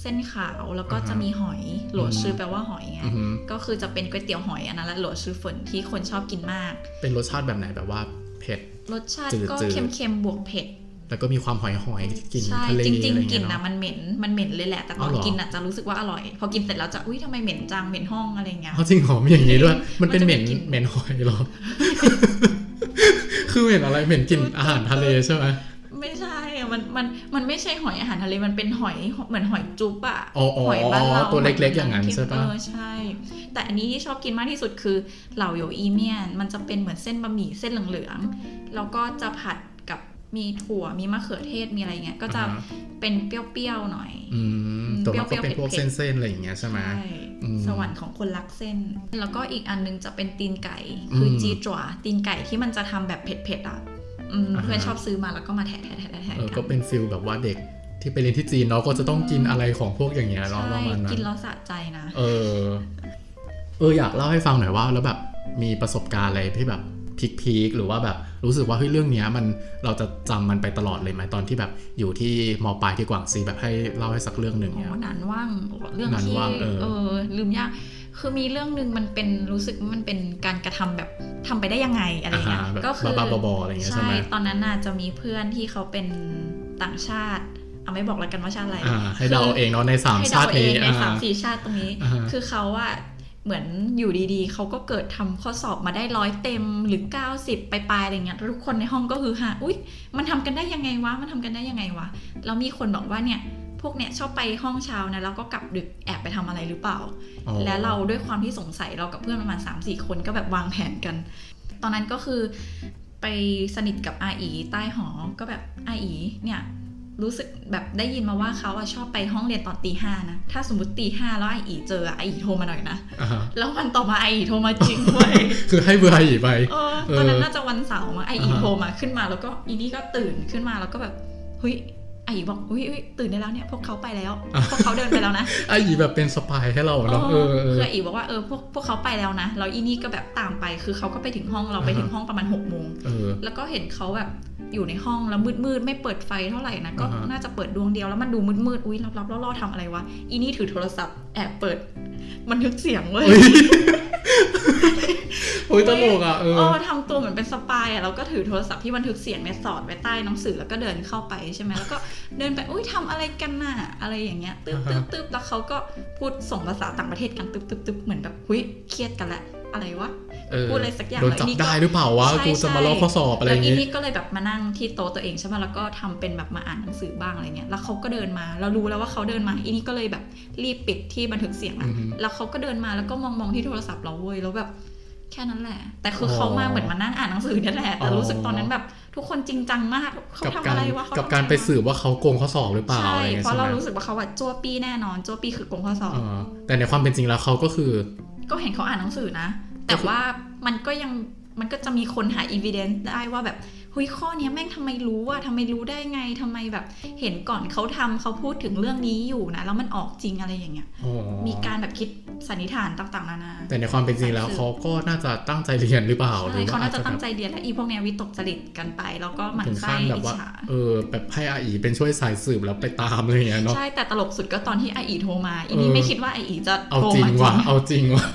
Speaker 2: เส้นขาวแล้วก็
Speaker 1: อ่าฮะ
Speaker 2: จะมีหอยหลัวชื่อแปลว่าหอยไง
Speaker 1: อือฮึ
Speaker 2: ก็คือจะเป็นก๋วยเตี๋ยวหอยอันนั้นแหละหลัวชื่อเฟินที่คนชอบกินมาก
Speaker 1: เป็นรสชาติแบบไหนแบบว่าเผ็ด
Speaker 2: รสชาติก็
Speaker 1: จืดๆ
Speaker 2: เค็มๆบวกเผ็ด
Speaker 1: แล้วก็มีความหอยๆกลิ่น
Speaker 2: ใช่
Speaker 1: ทะเล
Speaker 2: จริง
Speaker 1: อะไร
Speaker 2: ๆกลิ
Speaker 1: เงี้ย
Speaker 2: นนะ
Speaker 1: เนาะ
Speaker 2: มันเหม็นมันเหม็นเลยแหละ แต่ต
Speaker 1: อ๋
Speaker 2: อ
Speaker 1: อน เหรอ
Speaker 2: กินอ่ะจะรู้สึกว่าอร่อย พอกินเสร็จแล้วจะอุ้ยทำไมเหม็นจังเหม็นห้องอะไรเงี้ย
Speaker 1: เอาจริงเหรอมีอย่างนี้ด้วย มันเป็น
Speaker 2: มันจะ
Speaker 1: เห
Speaker 2: มี
Speaker 1: ม็น
Speaker 2: กลิ่น
Speaker 1: เหม็นหอยเหรอ *laughs* คือเหม็นอะไรเหม็นกลิ่นอาหารทะเลใช่ไหม
Speaker 2: ไม่ใช่อะมัน มัน มันไม่ใช่หอยอาหารทะเล มันเป็นหอย เหมือนหอยจุ๊บอะ
Speaker 1: อ๋ออ๋อ
Speaker 2: หอยบ้านเรา
Speaker 1: ตัวเล็ก ๆ
Speaker 2: ห
Speaker 1: อย่างนั้นใช่ปะ
Speaker 2: เออ ใช่ แต่อันนี้ที่ชอบกินมากที่สุดคือเหล่าโยอีเมียน มันจะเป็นเหมือนเส้นบะหมี่เส้นเหลืองๆ แล้วก็จะผัดกับมีถั่ว มีมะเขือเทศ มีอะไรเงี้ย ก็จะ
Speaker 1: อ่าฮ
Speaker 2: เป็นเปรี้ยวๆ หน่อย
Speaker 1: อืม
Speaker 2: อืม
Speaker 1: ตัวมันก็
Speaker 2: เปรี้ยวๆ
Speaker 1: เป็นพวก
Speaker 2: เผ็ดๆ
Speaker 1: เส้นๆอะไรอย่างเงี้ยใช่ไหม อืม
Speaker 2: สวรรค์ของคนรักเส้น แล้วก็อีกอันนึงจะเป็นตีนไก่ คืออ
Speaker 1: ม
Speaker 2: จีจั่วตีนไก่ที่มันจะทำแบบเผ็ดๆอะอืม
Speaker 1: อ่าฮะ
Speaker 2: เพื่อนชอบซื้อมาแล้วก็มาแทะแทะแทะแทะ
Speaker 1: เออ
Speaker 2: กั
Speaker 1: ก็
Speaker 2: น
Speaker 1: เป็นฟิลแบบว่าเด็กที่ไปเรียนที่จีนเนาะก็จะต้องกินอะไรของพวกอย่างเงี้ยเนาะประ
Speaker 2: ใช่
Speaker 1: มาณนั้น
Speaker 2: กินแล้วสะใจนะ
Speaker 1: เออ เอออยากเล่าให้ฟังหน่อยว่า แล้วแบบมีประสบการณ์อะไรที่แบบพีคๆหรือว่าแบบรู้สึกว่าเฮ้ยเรื่องเนี้ยมันเราจะจำมันไปตลอดเลยไหมตอนที่แบบอยู่ที่มปลายที่กวางซีแบบให้เล่าให้สักเรื่องหนึ่ง
Speaker 2: โอ้
Speaker 1: เนี่ย
Speaker 2: หนานว่างโอ้เรื่อง
Speaker 1: หนาน
Speaker 2: ที่
Speaker 1: ว่างเออ
Speaker 2: เออ ลืมยาก คือมีเรื่องหนึ่งมันเป็นรู้สึกว่ามันเป็นการกระทำแบบทำไปได้ยังไงอะไร
Speaker 1: อาหา
Speaker 2: เงี้
Speaker 1: ร
Speaker 2: ย
Speaker 1: แบบ
Speaker 2: ก็คื
Speaker 1: บ้าๆบอๆอะไรอย่างเงี้ยใช่
Speaker 2: ใช่
Speaker 1: ไหม
Speaker 2: ตอนนั้นน่ะจะมีเพื่อนที่เขาเป็นต่างชาติเอาไม่บอกแล้วกันว่าชาติอะไร
Speaker 1: อ่า ให้เดาเองเนาะในสาม
Speaker 2: ให้
Speaker 1: ชา
Speaker 2: เดา
Speaker 1: ติ
Speaker 2: เอ
Speaker 1: นี้
Speaker 2: งใน
Speaker 1: อ่า
Speaker 2: สามสี่ชาติตรงนี้
Speaker 1: อ่าฮะ
Speaker 2: คือเขาอะ เหมือนอยู่ดีๆ เขาก็เกิดทำข้อสอบมาได้ร้อยเต็มหรือ 90 ไปปลายๆอะไรเงี้ยแล้วทุกคนในห้องก็คือฮาอุ๊ย มันทำกันได้ยังไงวะ มันทำกันได้ยังไงวะ แล้วมีคนบอกว่าเนี่ย พวกเนี่ยชอบไปห้องเช้านะแล้วก็กลับดึกแอบไปทำอะไรหรือเปล่า
Speaker 1: โอ้
Speaker 2: แล้วเราด้วยความที่สงสัยเรากับเพื่อนประมาณ 3 4 คนก็แบบวางแผนกัน ตอนนั้นก็คือไปสนิทกับอาอีใต้หอ ก็แบบอาอีเนี่ยรู้สึกแบบได้ยินมาว่าเขาอะชอบไปห้องเรียนตอนตีห้านะ ถ้าสมมติตีห้าแล้วอาอีเจออาอีโทรมาหน่อยนะ
Speaker 1: อ่าฮะ
Speaker 2: แล้ววันต่อมาไออีโทรมาจริงเว้ย
Speaker 1: *laughs* คือให้เบอร์ไออีไป
Speaker 2: เออ
Speaker 1: เออ
Speaker 2: ตอนนั้นน่าจะวันเสาร์มั้งไออี
Speaker 1: อ่าฮะ
Speaker 2: โทรมาขึ้นมาแล้วก็อีนี่ก็ตื่นขึ้นมาแล้วก็แบบเฮ้ยไออีบอกเฮ้ยเฮ้ยตื่นได้แล้วเนี่ยพวกเขาไปแล้ว พวกเขาเดินไปแล้วนะ
Speaker 1: ไออีแบบเป็นสปายให้เราเนาะเออเออ
Speaker 2: คือไออีบอกว่าเออพวกพวกเขาไปแล้วนะแล้วอีนี่ก็แบบตามไปคือเขาก็ไปถึงห้องเราไป
Speaker 1: อ่าฮะ
Speaker 2: ถึงห้องประมาณหกโมง
Speaker 1: เออ
Speaker 2: แล้วก็เห็นเขาแบบอยู่ในห้องแล้วมืดๆไม่เปิดไฟเท่าไหร่นะก็
Speaker 1: อ่าฮะ
Speaker 2: น่าจะเปิดดวงเดียวแล้วมันดูมืดๆอุ้ยลับๆล่อๆทำอะไรวะอีนี่ถือโทรศัพท์แอบเปิดบันทึกเสียงเว้ย
Speaker 1: เฮ้ยโอ้ยตลกอ่ะเออ
Speaker 2: เออทำตัวเหมือนเป็นสปายอ่ะเราก็ถือโทรศัพท์ที่บันทึกเสียงเนี่ยสอดไว้ใต้หนังสือแล้วก็เดินเข้าไปใช่ไหมแล้วก็เดินไปอุ้ยทำอะไรกันน่ะอะไรอย่างเงี้ยตึ๊บตึ๊บตึ๊บแล้วเขาก็พูดส่งภาษาต่างประเทศกันตึ๊บตึ๊บตึ๊บเหมือนแบบหุยเครียดกันละอะไรวะ
Speaker 1: เออ
Speaker 2: พูดอะไรสักอย่าง
Speaker 1: โดนจับ
Speaker 2: แล้วอีนี่ก็
Speaker 1: ได้หรือเปล่าวะ
Speaker 2: ใช่
Speaker 1: กูจะมาลอก
Speaker 2: ใช่
Speaker 1: ข้อสอบอะไรอ
Speaker 2: แล้ว
Speaker 1: ย่าง
Speaker 2: อี
Speaker 1: งี้
Speaker 2: นี่ก็เลยแบบมานั่งที่โต๊ะตัวเองใช่ไหมแล้วก็ทำเป็นแบบมาอ่านหนังสือบ้างอะไรเงี้ยแล้วเขาก็เดินมาเรารู้แล้วว่าเขาเดินมาอีนี่ก็เลยแบบรีบปิดที่บันทึกเสียงอะ
Speaker 1: อือฮึ
Speaker 2: แล้วเขาก็เดินมาแล้วก็มองมองที่โทรศัพท์เราเว้ยแล้วแบบแค่นั้นแหละ แต่คืออ
Speaker 1: อ
Speaker 2: เขามาเหมือนมานั่งอ่านหนังสือเนี่ยแหละแต่
Speaker 1: อ๋อ
Speaker 2: รู้สึกตอนนั้นแบบทุกคนจริงจังมากเขา
Speaker 1: กับ
Speaker 2: ทำ
Speaker 1: กา
Speaker 2: อะ
Speaker 1: ร
Speaker 2: ไรวะเข
Speaker 1: กับการ
Speaker 2: ทำะวะ
Speaker 1: ไปสืบว่าเขาโกงข้อสอบหรือเปล่า
Speaker 2: ใช่
Speaker 1: อะไรอย่างเงี้ย
Speaker 2: เพราะ
Speaker 1: ใช่ไห
Speaker 2: เรา
Speaker 1: ม
Speaker 2: รู้สึกว่าเขาว่าจ้วปี้แน่นอนจ้วปี้คือโกงข้อสอบ
Speaker 1: เออแต่ในความเป็นจริงแล้วเขาก็คือ
Speaker 2: ก็เห็นเขาอ่านหนังสือนะ แต่ว่ามันก็ยังมันก็จะมีคนหาอีเวนต์ได้ว่าแบบหุยข้อเนี้ยแม่งทำไมรู้ว่าทำไมรู้ได้ไงทำไมแบบ เห็นก่อนเขาทำเขาพูดถึงเรื่องนี้อยู่นะแล้วมันออกจริงอะไรอย่างเงี้ย
Speaker 1: อ๋อ
Speaker 2: มีการแบบคิดสันนิษฐานต่างๆนานา
Speaker 1: แต่ในความเป็นจริงแล้วเขาก็น่าจะตั้งใจเรียนหรือเปล่าหรื
Speaker 2: ใช่
Speaker 1: อ
Speaker 2: เขา
Speaker 1: ว่าอา
Speaker 2: น่า
Speaker 1: จ
Speaker 2: จะ
Speaker 1: จะแบ
Speaker 2: ตั้ง
Speaker 1: บ
Speaker 2: ใจเรียนและอีพวกเนี้ยวิตกจริตกันไป แล้วก็หมั่น
Speaker 1: ถึง
Speaker 2: ไส้
Speaker 1: ขั้นแบบ
Speaker 2: อิจ
Speaker 1: ว่า
Speaker 2: ฉา
Speaker 1: เออ แบบให้อาอีเป็นช่วยสายสืบแล้วไปตามอะไรอย่างเงี้ยเนาะ
Speaker 2: ใช่แต่ตลกสุดก็ตอนที่ไออีโทรมา อีนี่
Speaker 1: เออ
Speaker 2: ไม่คิดว่าไออีจะ
Speaker 1: เอา
Speaker 2: โทร
Speaker 1: จริง
Speaker 2: มา
Speaker 1: ว่ะเอาจริงว่ะ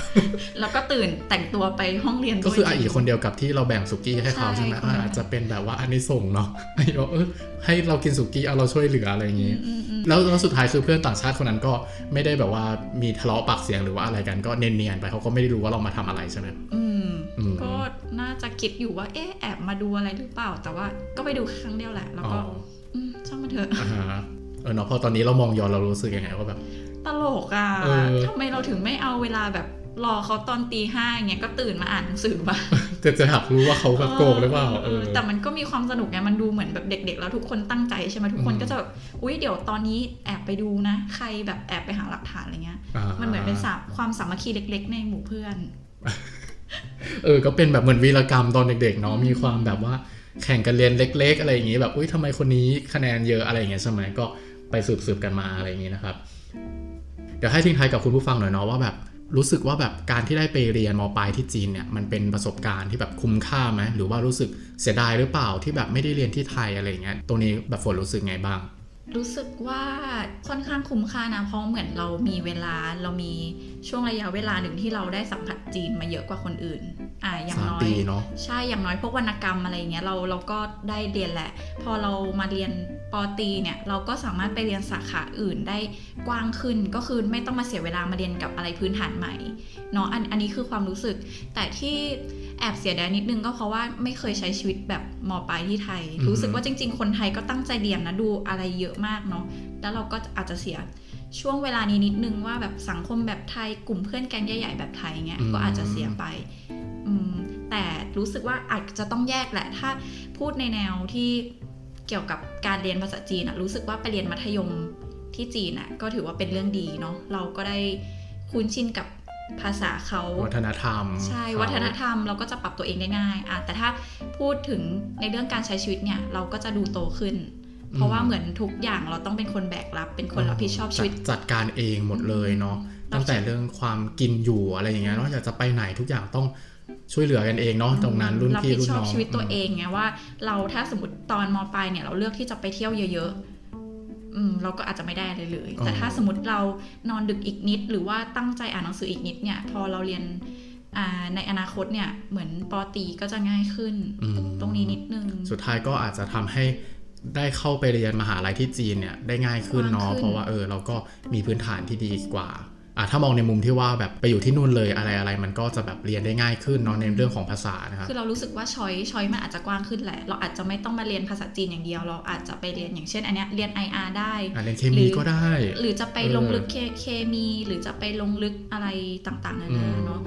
Speaker 2: แล้วก็ตื่นแต่งตัวไปห้องเรียน
Speaker 1: ก็คืออา
Speaker 2: ด้วย
Speaker 1: อีคนเดียวกับที่เราแบ่งสุกี้ให้เขา
Speaker 2: ใช่
Speaker 1: ใช่ไหม
Speaker 2: คนเดียว
Speaker 1: อาจจะเป็นแบบว่าอันนี้ส่งส์เนาะไอ้บอกเออให้เรากินสุกี้เอาเราช่วยเหลืออะไรอย่าง
Speaker 2: อื
Speaker 1: งี้
Speaker 2: มอืมอืม
Speaker 1: แล้วแล้วสุดท้ายคือเพื่อนต่างชาติคนนั้นก็ไม่ได้แบบว่ามีทะเลาะปากเสียงหรือว่าอะไรกันก็เนียนๆไปเขาก็ไม่ได้รู้ว่าเรามาทำอะไรใช่ไหม
Speaker 2: อืม
Speaker 1: อืม
Speaker 2: ก็น่าจะคิดอยู่ว่าเอ๊ะแอบมาดูอะไรหรือเปล่า แต่ว่าก็ไปดูครั้งเดียวแหละ แล้วก็
Speaker 1: อ๋อ
Speaker 2: มช่างมันเถอะ
Speaker 1: อ่าฮะเออเนาะพอตอนนี้เรามองย้อนเรารู้สึกยังไงว่าแบบ
Speaker 2: ตลกอ่ะ
Speaker 1: เออ
Speaker 2: ทำไมเราถึงไม่เอาเวลาแบบรอเขาตอนตีห้าอย่างเงี้ยก็ตื่นมาอ่านหนังสือบ้าง
Speaker 1: จะจะหักรู้ว่าเขาแบบโกงหรือเปล่าเออ
Speaker 2: แต่มันก็มีความสนุกไง มันดูเหมือนแบบเด็ก ๆ แล้วทุกคนตั้งใจใช่ไหมทุกคน
Speaker 1: อืม
Speaker 2: ก็จะแบบ อุ๊ย เดี๋ยวตอนนี้แอบไปดูนะ ใครแบบแอบไปหาหลักฐานอะไรเงี้ย
Speaker 1: อ่า
Speaker 2: มันเหมือนเป็นสามความสามัคคีเล็ก ๆ ในหมู่เพื่อน
Speaker 1: เออก็เป็นแบบเหมือนวีรกรรมตอนเด็กๆเนาะ
Speaker 2: อืม
Speaker 1: มีความแบบว่าแข่งกันเรียนเล็ก ๆ อะไรอย่างงี้แบบอุ้ยทำไมคนนี้คะแนนเยอะอะไรอย่างเงี้ยใช่ไหมก็ไปสืบๆกันมาอะไรอย่างงี้นะครับ เดี๋ยวให้ทิ้งท้ายกับคุณผู้ฟังหน่อยเนาะว่าแบบรู้สึกว่าแบบการที่ได้ไปเรียนมปลายที่จีนเนี่ยมันเป็นประสบการณ์ที่แบบคุ้มค่าไหมหรือว่ารู้สึกเสียดายหรือเปล่าที่แบบไม่ได้เรียนที่ไทยอะไรอย่างเงี้ยตรงนี้แบบฝนรู้สึกไงบ้าง
Speaker 2: รู้สึกว่าค่อนข้างคุ้มค่านะ เพราะเหมือนเรามีเวลา เรามีช่วงระยะเวลาหนึ่งที่เราได้สัมผัสจีนมาเยอะกว่าคนอื่น อ่า อย่าง
Speaker 1: สาม
Speaker 2: น้อย
Speaker 1: ปีเนาะ
Speaker 2: ใช่อย่างน้อยพวกวรรณกรรมอะไรอย่างเงี้ยเราเราก็ได้เรียนแหละ พอเรามาเรียนปอตรีเนี่ยเราก็สามารถไปเรียนสาขาอื่นได้กว้างขึ้นก็คือไม่ต้องมาเสียเวลามาเรียนกับอะไรพื้นฐานใหม่เนาะอันอันนี้คือความรู้สึก แต่ที่แอบเสียดายนิดนึงก็เพราะว่าไม่เคยใช้ชีวิตแบบมปลายที่ไทย
Speaker 1: อือฮึ
Speaker 2: รู้สึกว่าจริง ๆ คนไทยก็ตั้งใจเรียนนะดูอะไรเยอะมากเนาะแล้วเราก็อาจจะเสียช่วงเวลานี้นิดนึงว่าแบบสังคมแบบไทยกลุ่มเพื่อนแก๊งใหญ่ๆแบบไทยเงี้ยก็อาจจะเสียไป อืมแต่รู้สึกว่าอาจจะต้องแยกแหละ ถ้าพูดในแนวที่เกี่ยวกับการเรียนภาษาจีนอะรู้สึกว่าไปเรียนมัธยมที่จีนอะก็ถือว่าเป็นเรื่องดีเนาะเราก็ได้คุ้นชินกับภาษาเขา
Speaker 1: วัฒนธรรม
Speaker 2: ใช่
Speaker 1: เขา
Speaker 2: วัฒนธรรมเราก็จะปรับตัวเองได้ง่ายอะแต่ถ้าพูดถึงในเรื่องการใช้ชีวิตเนี่ยเราก็จะดูโตขึ้น เพราะว่าเหมือนทุกอย่างเราต้องเป็นคนแบกรับ เป็นคนรับผิดชอบชีวิต
Speaker 1: จัดจัดการเองหมดเลยเนาะตั้งแต่เรื่องความกินอยู่อะไรอย่างเงี้ยเนาะอยากจะไปไหนทุกอย่างต้องช่วยเหลือกันเองเนาะตรงนั้นรุ่นพี่
Speaker 2: รับ
Speaker 1: รุ่
Speaker 2: ผิ
Speaker 1: น
Speaker 2: ดชอ
Speaker 1: น้
Speaker 2: บ
Speaker 1: อง
Speaker 2: ชีวิตตัวเองไงว่า เราถ้าสมมติตอนมปลายเนี่ยเราเลือกที่จะไปเที่ยวเยอะๆอืมเราก็อาจจะไม่ได้เลยเลย แต่ถ้าสมมติเรานอนดึกอีกนิด หรือว่าตั้งใจอ่านหนังสืออีกนิดเนี่ย พอเราเรียนอ่าในอนาคตเนี่ยเหมือนปอตรีก็จะง่ายขึ้น
Speaker 1: อืม
Speaker 2: ตรงนี้นิดนึง
Speaker 1: สุดท้ายก็อาจจะทำให้ได้เข้าไปเรียนมหาลัยที่จีนเนี่ยได้ง่ายขึ้นเนาะ
Speaker 2: กว้างขึ้น
Speaker 1: เพราะว่าเออเราก็มีพื้นฐานที่ดีกว่า อ่ะถ้ามองในมุมที่ว่าแบบไปอยู่ที่นู่นเลยอะไรอะไรมันก็จะแบบเรียนได้ง่ายขึ้นเนาะในเรื่องของภาษานะครับ
Speaker 2: คือเรารู้สึกว่าช้อยช้อยมันอาจจะกว้างขึ้นแหละ เราอาจจะไม่ต้องมาเรียนภาษาจีนอย่างเดียว เราอาจจะไปเรียนอย่างเช่น อันเนี้ยเรียน IR ได้
Speaker 1: อ่ะเรียนเคมีก็ได้
Speaker 2: หรือจะไป
Speaker 1: เออ
Speaker 2: ลงลึกเคเคมี หรือจะไปลงลึกอะไรต่างๆนา
Speaker 1: อื
Speaker 2: นาม เนาะ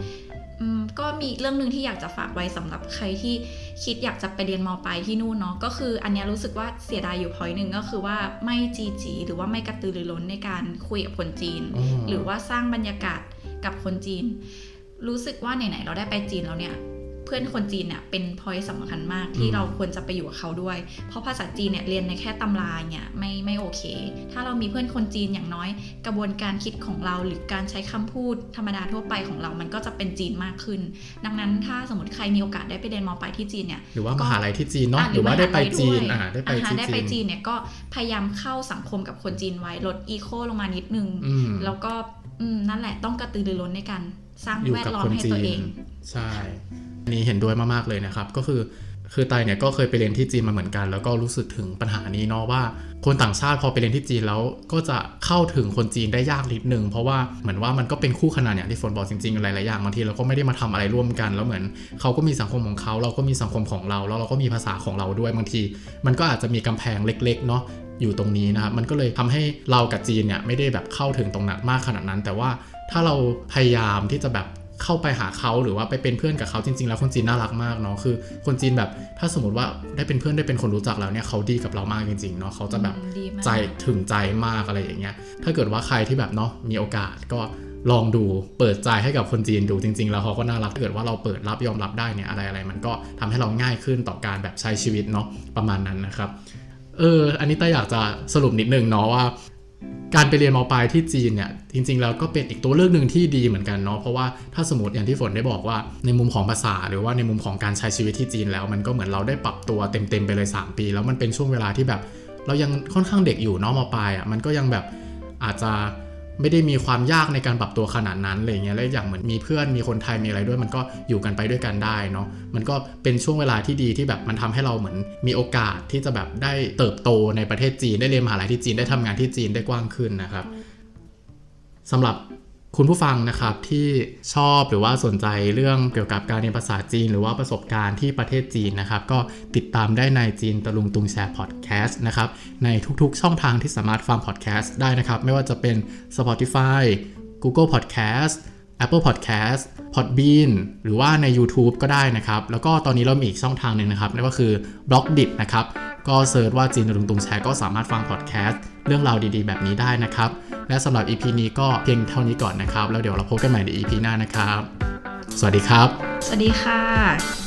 Speaker 2: อืมก็มีอีกเรื่องหนึ่งที่อยากจะฝากไว้สำหรับใครที่คิดอยากจะไปเรียนมปลายที่นู่นเนาะก็คืออันเนี้ยรู้สึกว่าเสียดายอยู่พอยหนึ่งก็คือว่าไม่จีจีหรือว่าไม่กระตือรือร้นในการคุยกับคนจีน
Speaker 1: ม
Speaker 2: หรือว่าสร้างบรรยากาศกับคนจีน รู้สึกว่าไหนๆเราได้ไปจีนแล้วเนี่ย เพื่อนคนจีนเนี่ยเป็นพอยสำคัญมากที่เราควรจะไปอยู่กับเขาด้วย เพราะภาษาจีนเนี่ยเรียนในแค่ตำราเนี่ยไม่ไม่โอเค ถ้าเรามีเพื่อนคนจีนอย่างน้อย กระบวนการคิดของเราหรือการใช้คำพูดธรรมดาทั่วไปของเรามันก็จะเป็นจีนมากขึ้น ดังนั้นถ้าสมมติใครมีโอกาสได้ไปเรียนมปลายที่จีนเนี่ย
Speaker 1: หรือว่าม
Speaker 2: ก็
Speaker 1: หาลัยที่จีนเนาะ
Speaker 2: อ่ะ
Speaker 1: หรือว่าได้ไปจีนอ่าได้
Speaker 2: ได้
Speaker 1: ไป
Speaker 2: ไป
Speaker 1: ที่
Speaker 2: ได้ไป
Speaker 1: จี
Speaker 2: จี
Speaker 1: น
Speaker 2: นเนี่ยก็พยายามเข้าสังคมกับคนจีนไว้ลดอีโคลงมานิดนึง
Speaker 1: อืม
Speaker 2: แล้วก็อืมนั่นแหละต้องกระตือรือร้นในการสร้าง
Speaker 1: อยู่
Speaker 2: แวด
Speaker 1: กับ
Speaker 2: ล้อ
Speaker 1: ค
Speaker 2: ม
Speaker 1: น
Speaker 2: ให้
Speaker 1: จี
Speaker 2: ตัวเอน ง
Speaker 1: ใช่อันนี้เห็นด้วยมากๆเลยนะครับ ก็คือ คือไตเนี่ยก็เคยไปเรียนที่จีนมาเหมือนกัน แล้วก็รู้สึกถึงปัญหานี้เนาะว่า คนต่างชาติพอไปเรียนที่จีนแล้วก็จะเข้าถึงคนจีนได้ยากนิดนึงเพราะว่าเหมือนว่ามันก็เป็นคู่ขนานอย่างที่ฝนบอกจริงๆหลายๆอย่างบางทีเราก็ไม่ได้มาทำอะไรร่วมกัน แล้วเหมือนเขาก็มีสังคมของเขาเราก็มีสังคมของเรา แล้วเราก็มีภาษาของเราด้วยบางที มันก็อาจจะมีกำแพงเล็ก ๆ เนาะอยู่ตรงนี้นะครับ มันก็เลยทำให้เรากับจีนเนี่ยไม่ได้แบบเข้าถึงตรงนั้นมากขนาดนั้น แต่ว่าถ้าเราพยายามที่จะแบบเข้าไปหาเขาหรือว่าไปเป็นเพื่อนกับเขาจริง ๆ แล้วคนจีนน่ารักมากเนาะคือ คนจีนแบบถ้าสมมติว่าได้เป็นเพื่อนได้เป็นคนรู้จักแล้วเนี่ยเขาดีกับเรามากจริงๆเนาะเขาจะแบบ
Speaker 2: อืมดีมาก
Speaker 1: ใจถึงใจมากอะไรอย่างเงี้ย ถ้าเกิดว่าใครที่แบบเนาะมีโอกาสก็ลองดูเปิดใจให้กับคนจีนดูจริง ๆ แล้วเขาก็น่ารักถ้าเกิดว่าเราเปิดรับยอมรับได้เนี่ยอะไรอะไรๆมันก็ทำให้เราง่ายขึ้นต่อการแบบใช้ชีวิตเนาะประมาณนั้นนะครับ เออ อันนี้ต้าอยากจะสรุปนิดนึงเนาะว่า การไปเรียนมปลายที่จีนเนี่ย จริง ๆ แล้วก็เป็นอีกตัวเลือกหนึ่งที่ดีเหมือนกันเนาะเพราะว่าถ้าสมมติอย่างที่ฝนได้บอกว่าในมุมของภาษาหรือว่าในมุมของการใช้ชีวิตที่จีนแล้ว มันก็เหมือนเราได้ปรับตัวเต็มๆไปเลย 3 ปี แล้วมันเป็นช่วงเวลาที่แบบ เรายังค่อนข้างเด็กอยู่เนาะมปลายอ่ะมันก็ยังแบบอาจจะไม่ได้มีความยากในการปรับตัวขนาดนั้นอะไรเงี้ยแล้วอย่างเหมือนมีเพื่อนมีคนไทยมีอะไรด้วย มันก็อยู่กันไปด้วยกันได้เนาะมันก็เป็นช่วงเวลาที่ดีที่แบบมันทำให้เราเหมือนมีโอกาสที่จะแบบได้เติบโตในประเทศจีนได้เรียนมหาลัยที่จีนได้ทำงานที่จีนได้กว้างขึ้นนะครับสำหรับคุณผู้ฟังนะครับที่ชอบหรือว่าสนใจเรื่องเกี่ยวกับการเรียนภาษาจีน หรือว่าประสบการณ์ที่ประเทศจีนนะครับ ก็ติดตามได้ในจีนตะลุงตุงแชร์พอดแคสต์นะครับ ในทุกๆช่องทางที่สามารถฟังพอดแคสต์ได้นะครับ ไม่ว่าจะเป็น Spotify Google Podcast Apple Podcast Podbean หรือว่าใน YouTube ก็ได้นะครับ แล้วก็ตอนนี้เรามีอีกช่องทางหนึ่งนะครับนั่นก็คือ b l o g d i t นะครับ ก็เซิร์ชว่าจีนตุงตุงแชร์ก็สามารถฟังพอดแคสต์เรื่องราวดีๆ แบบนี้ได้นะครับ และสำหรับ EP นี้ก็เพียงเท่านี้ก่อนนะครับ แล้วเดี๋ยวเราพบกันใหม่ใน EP หน้านะครับ สวัสดีครับ
Speaker 2: สวัสดีค่ะ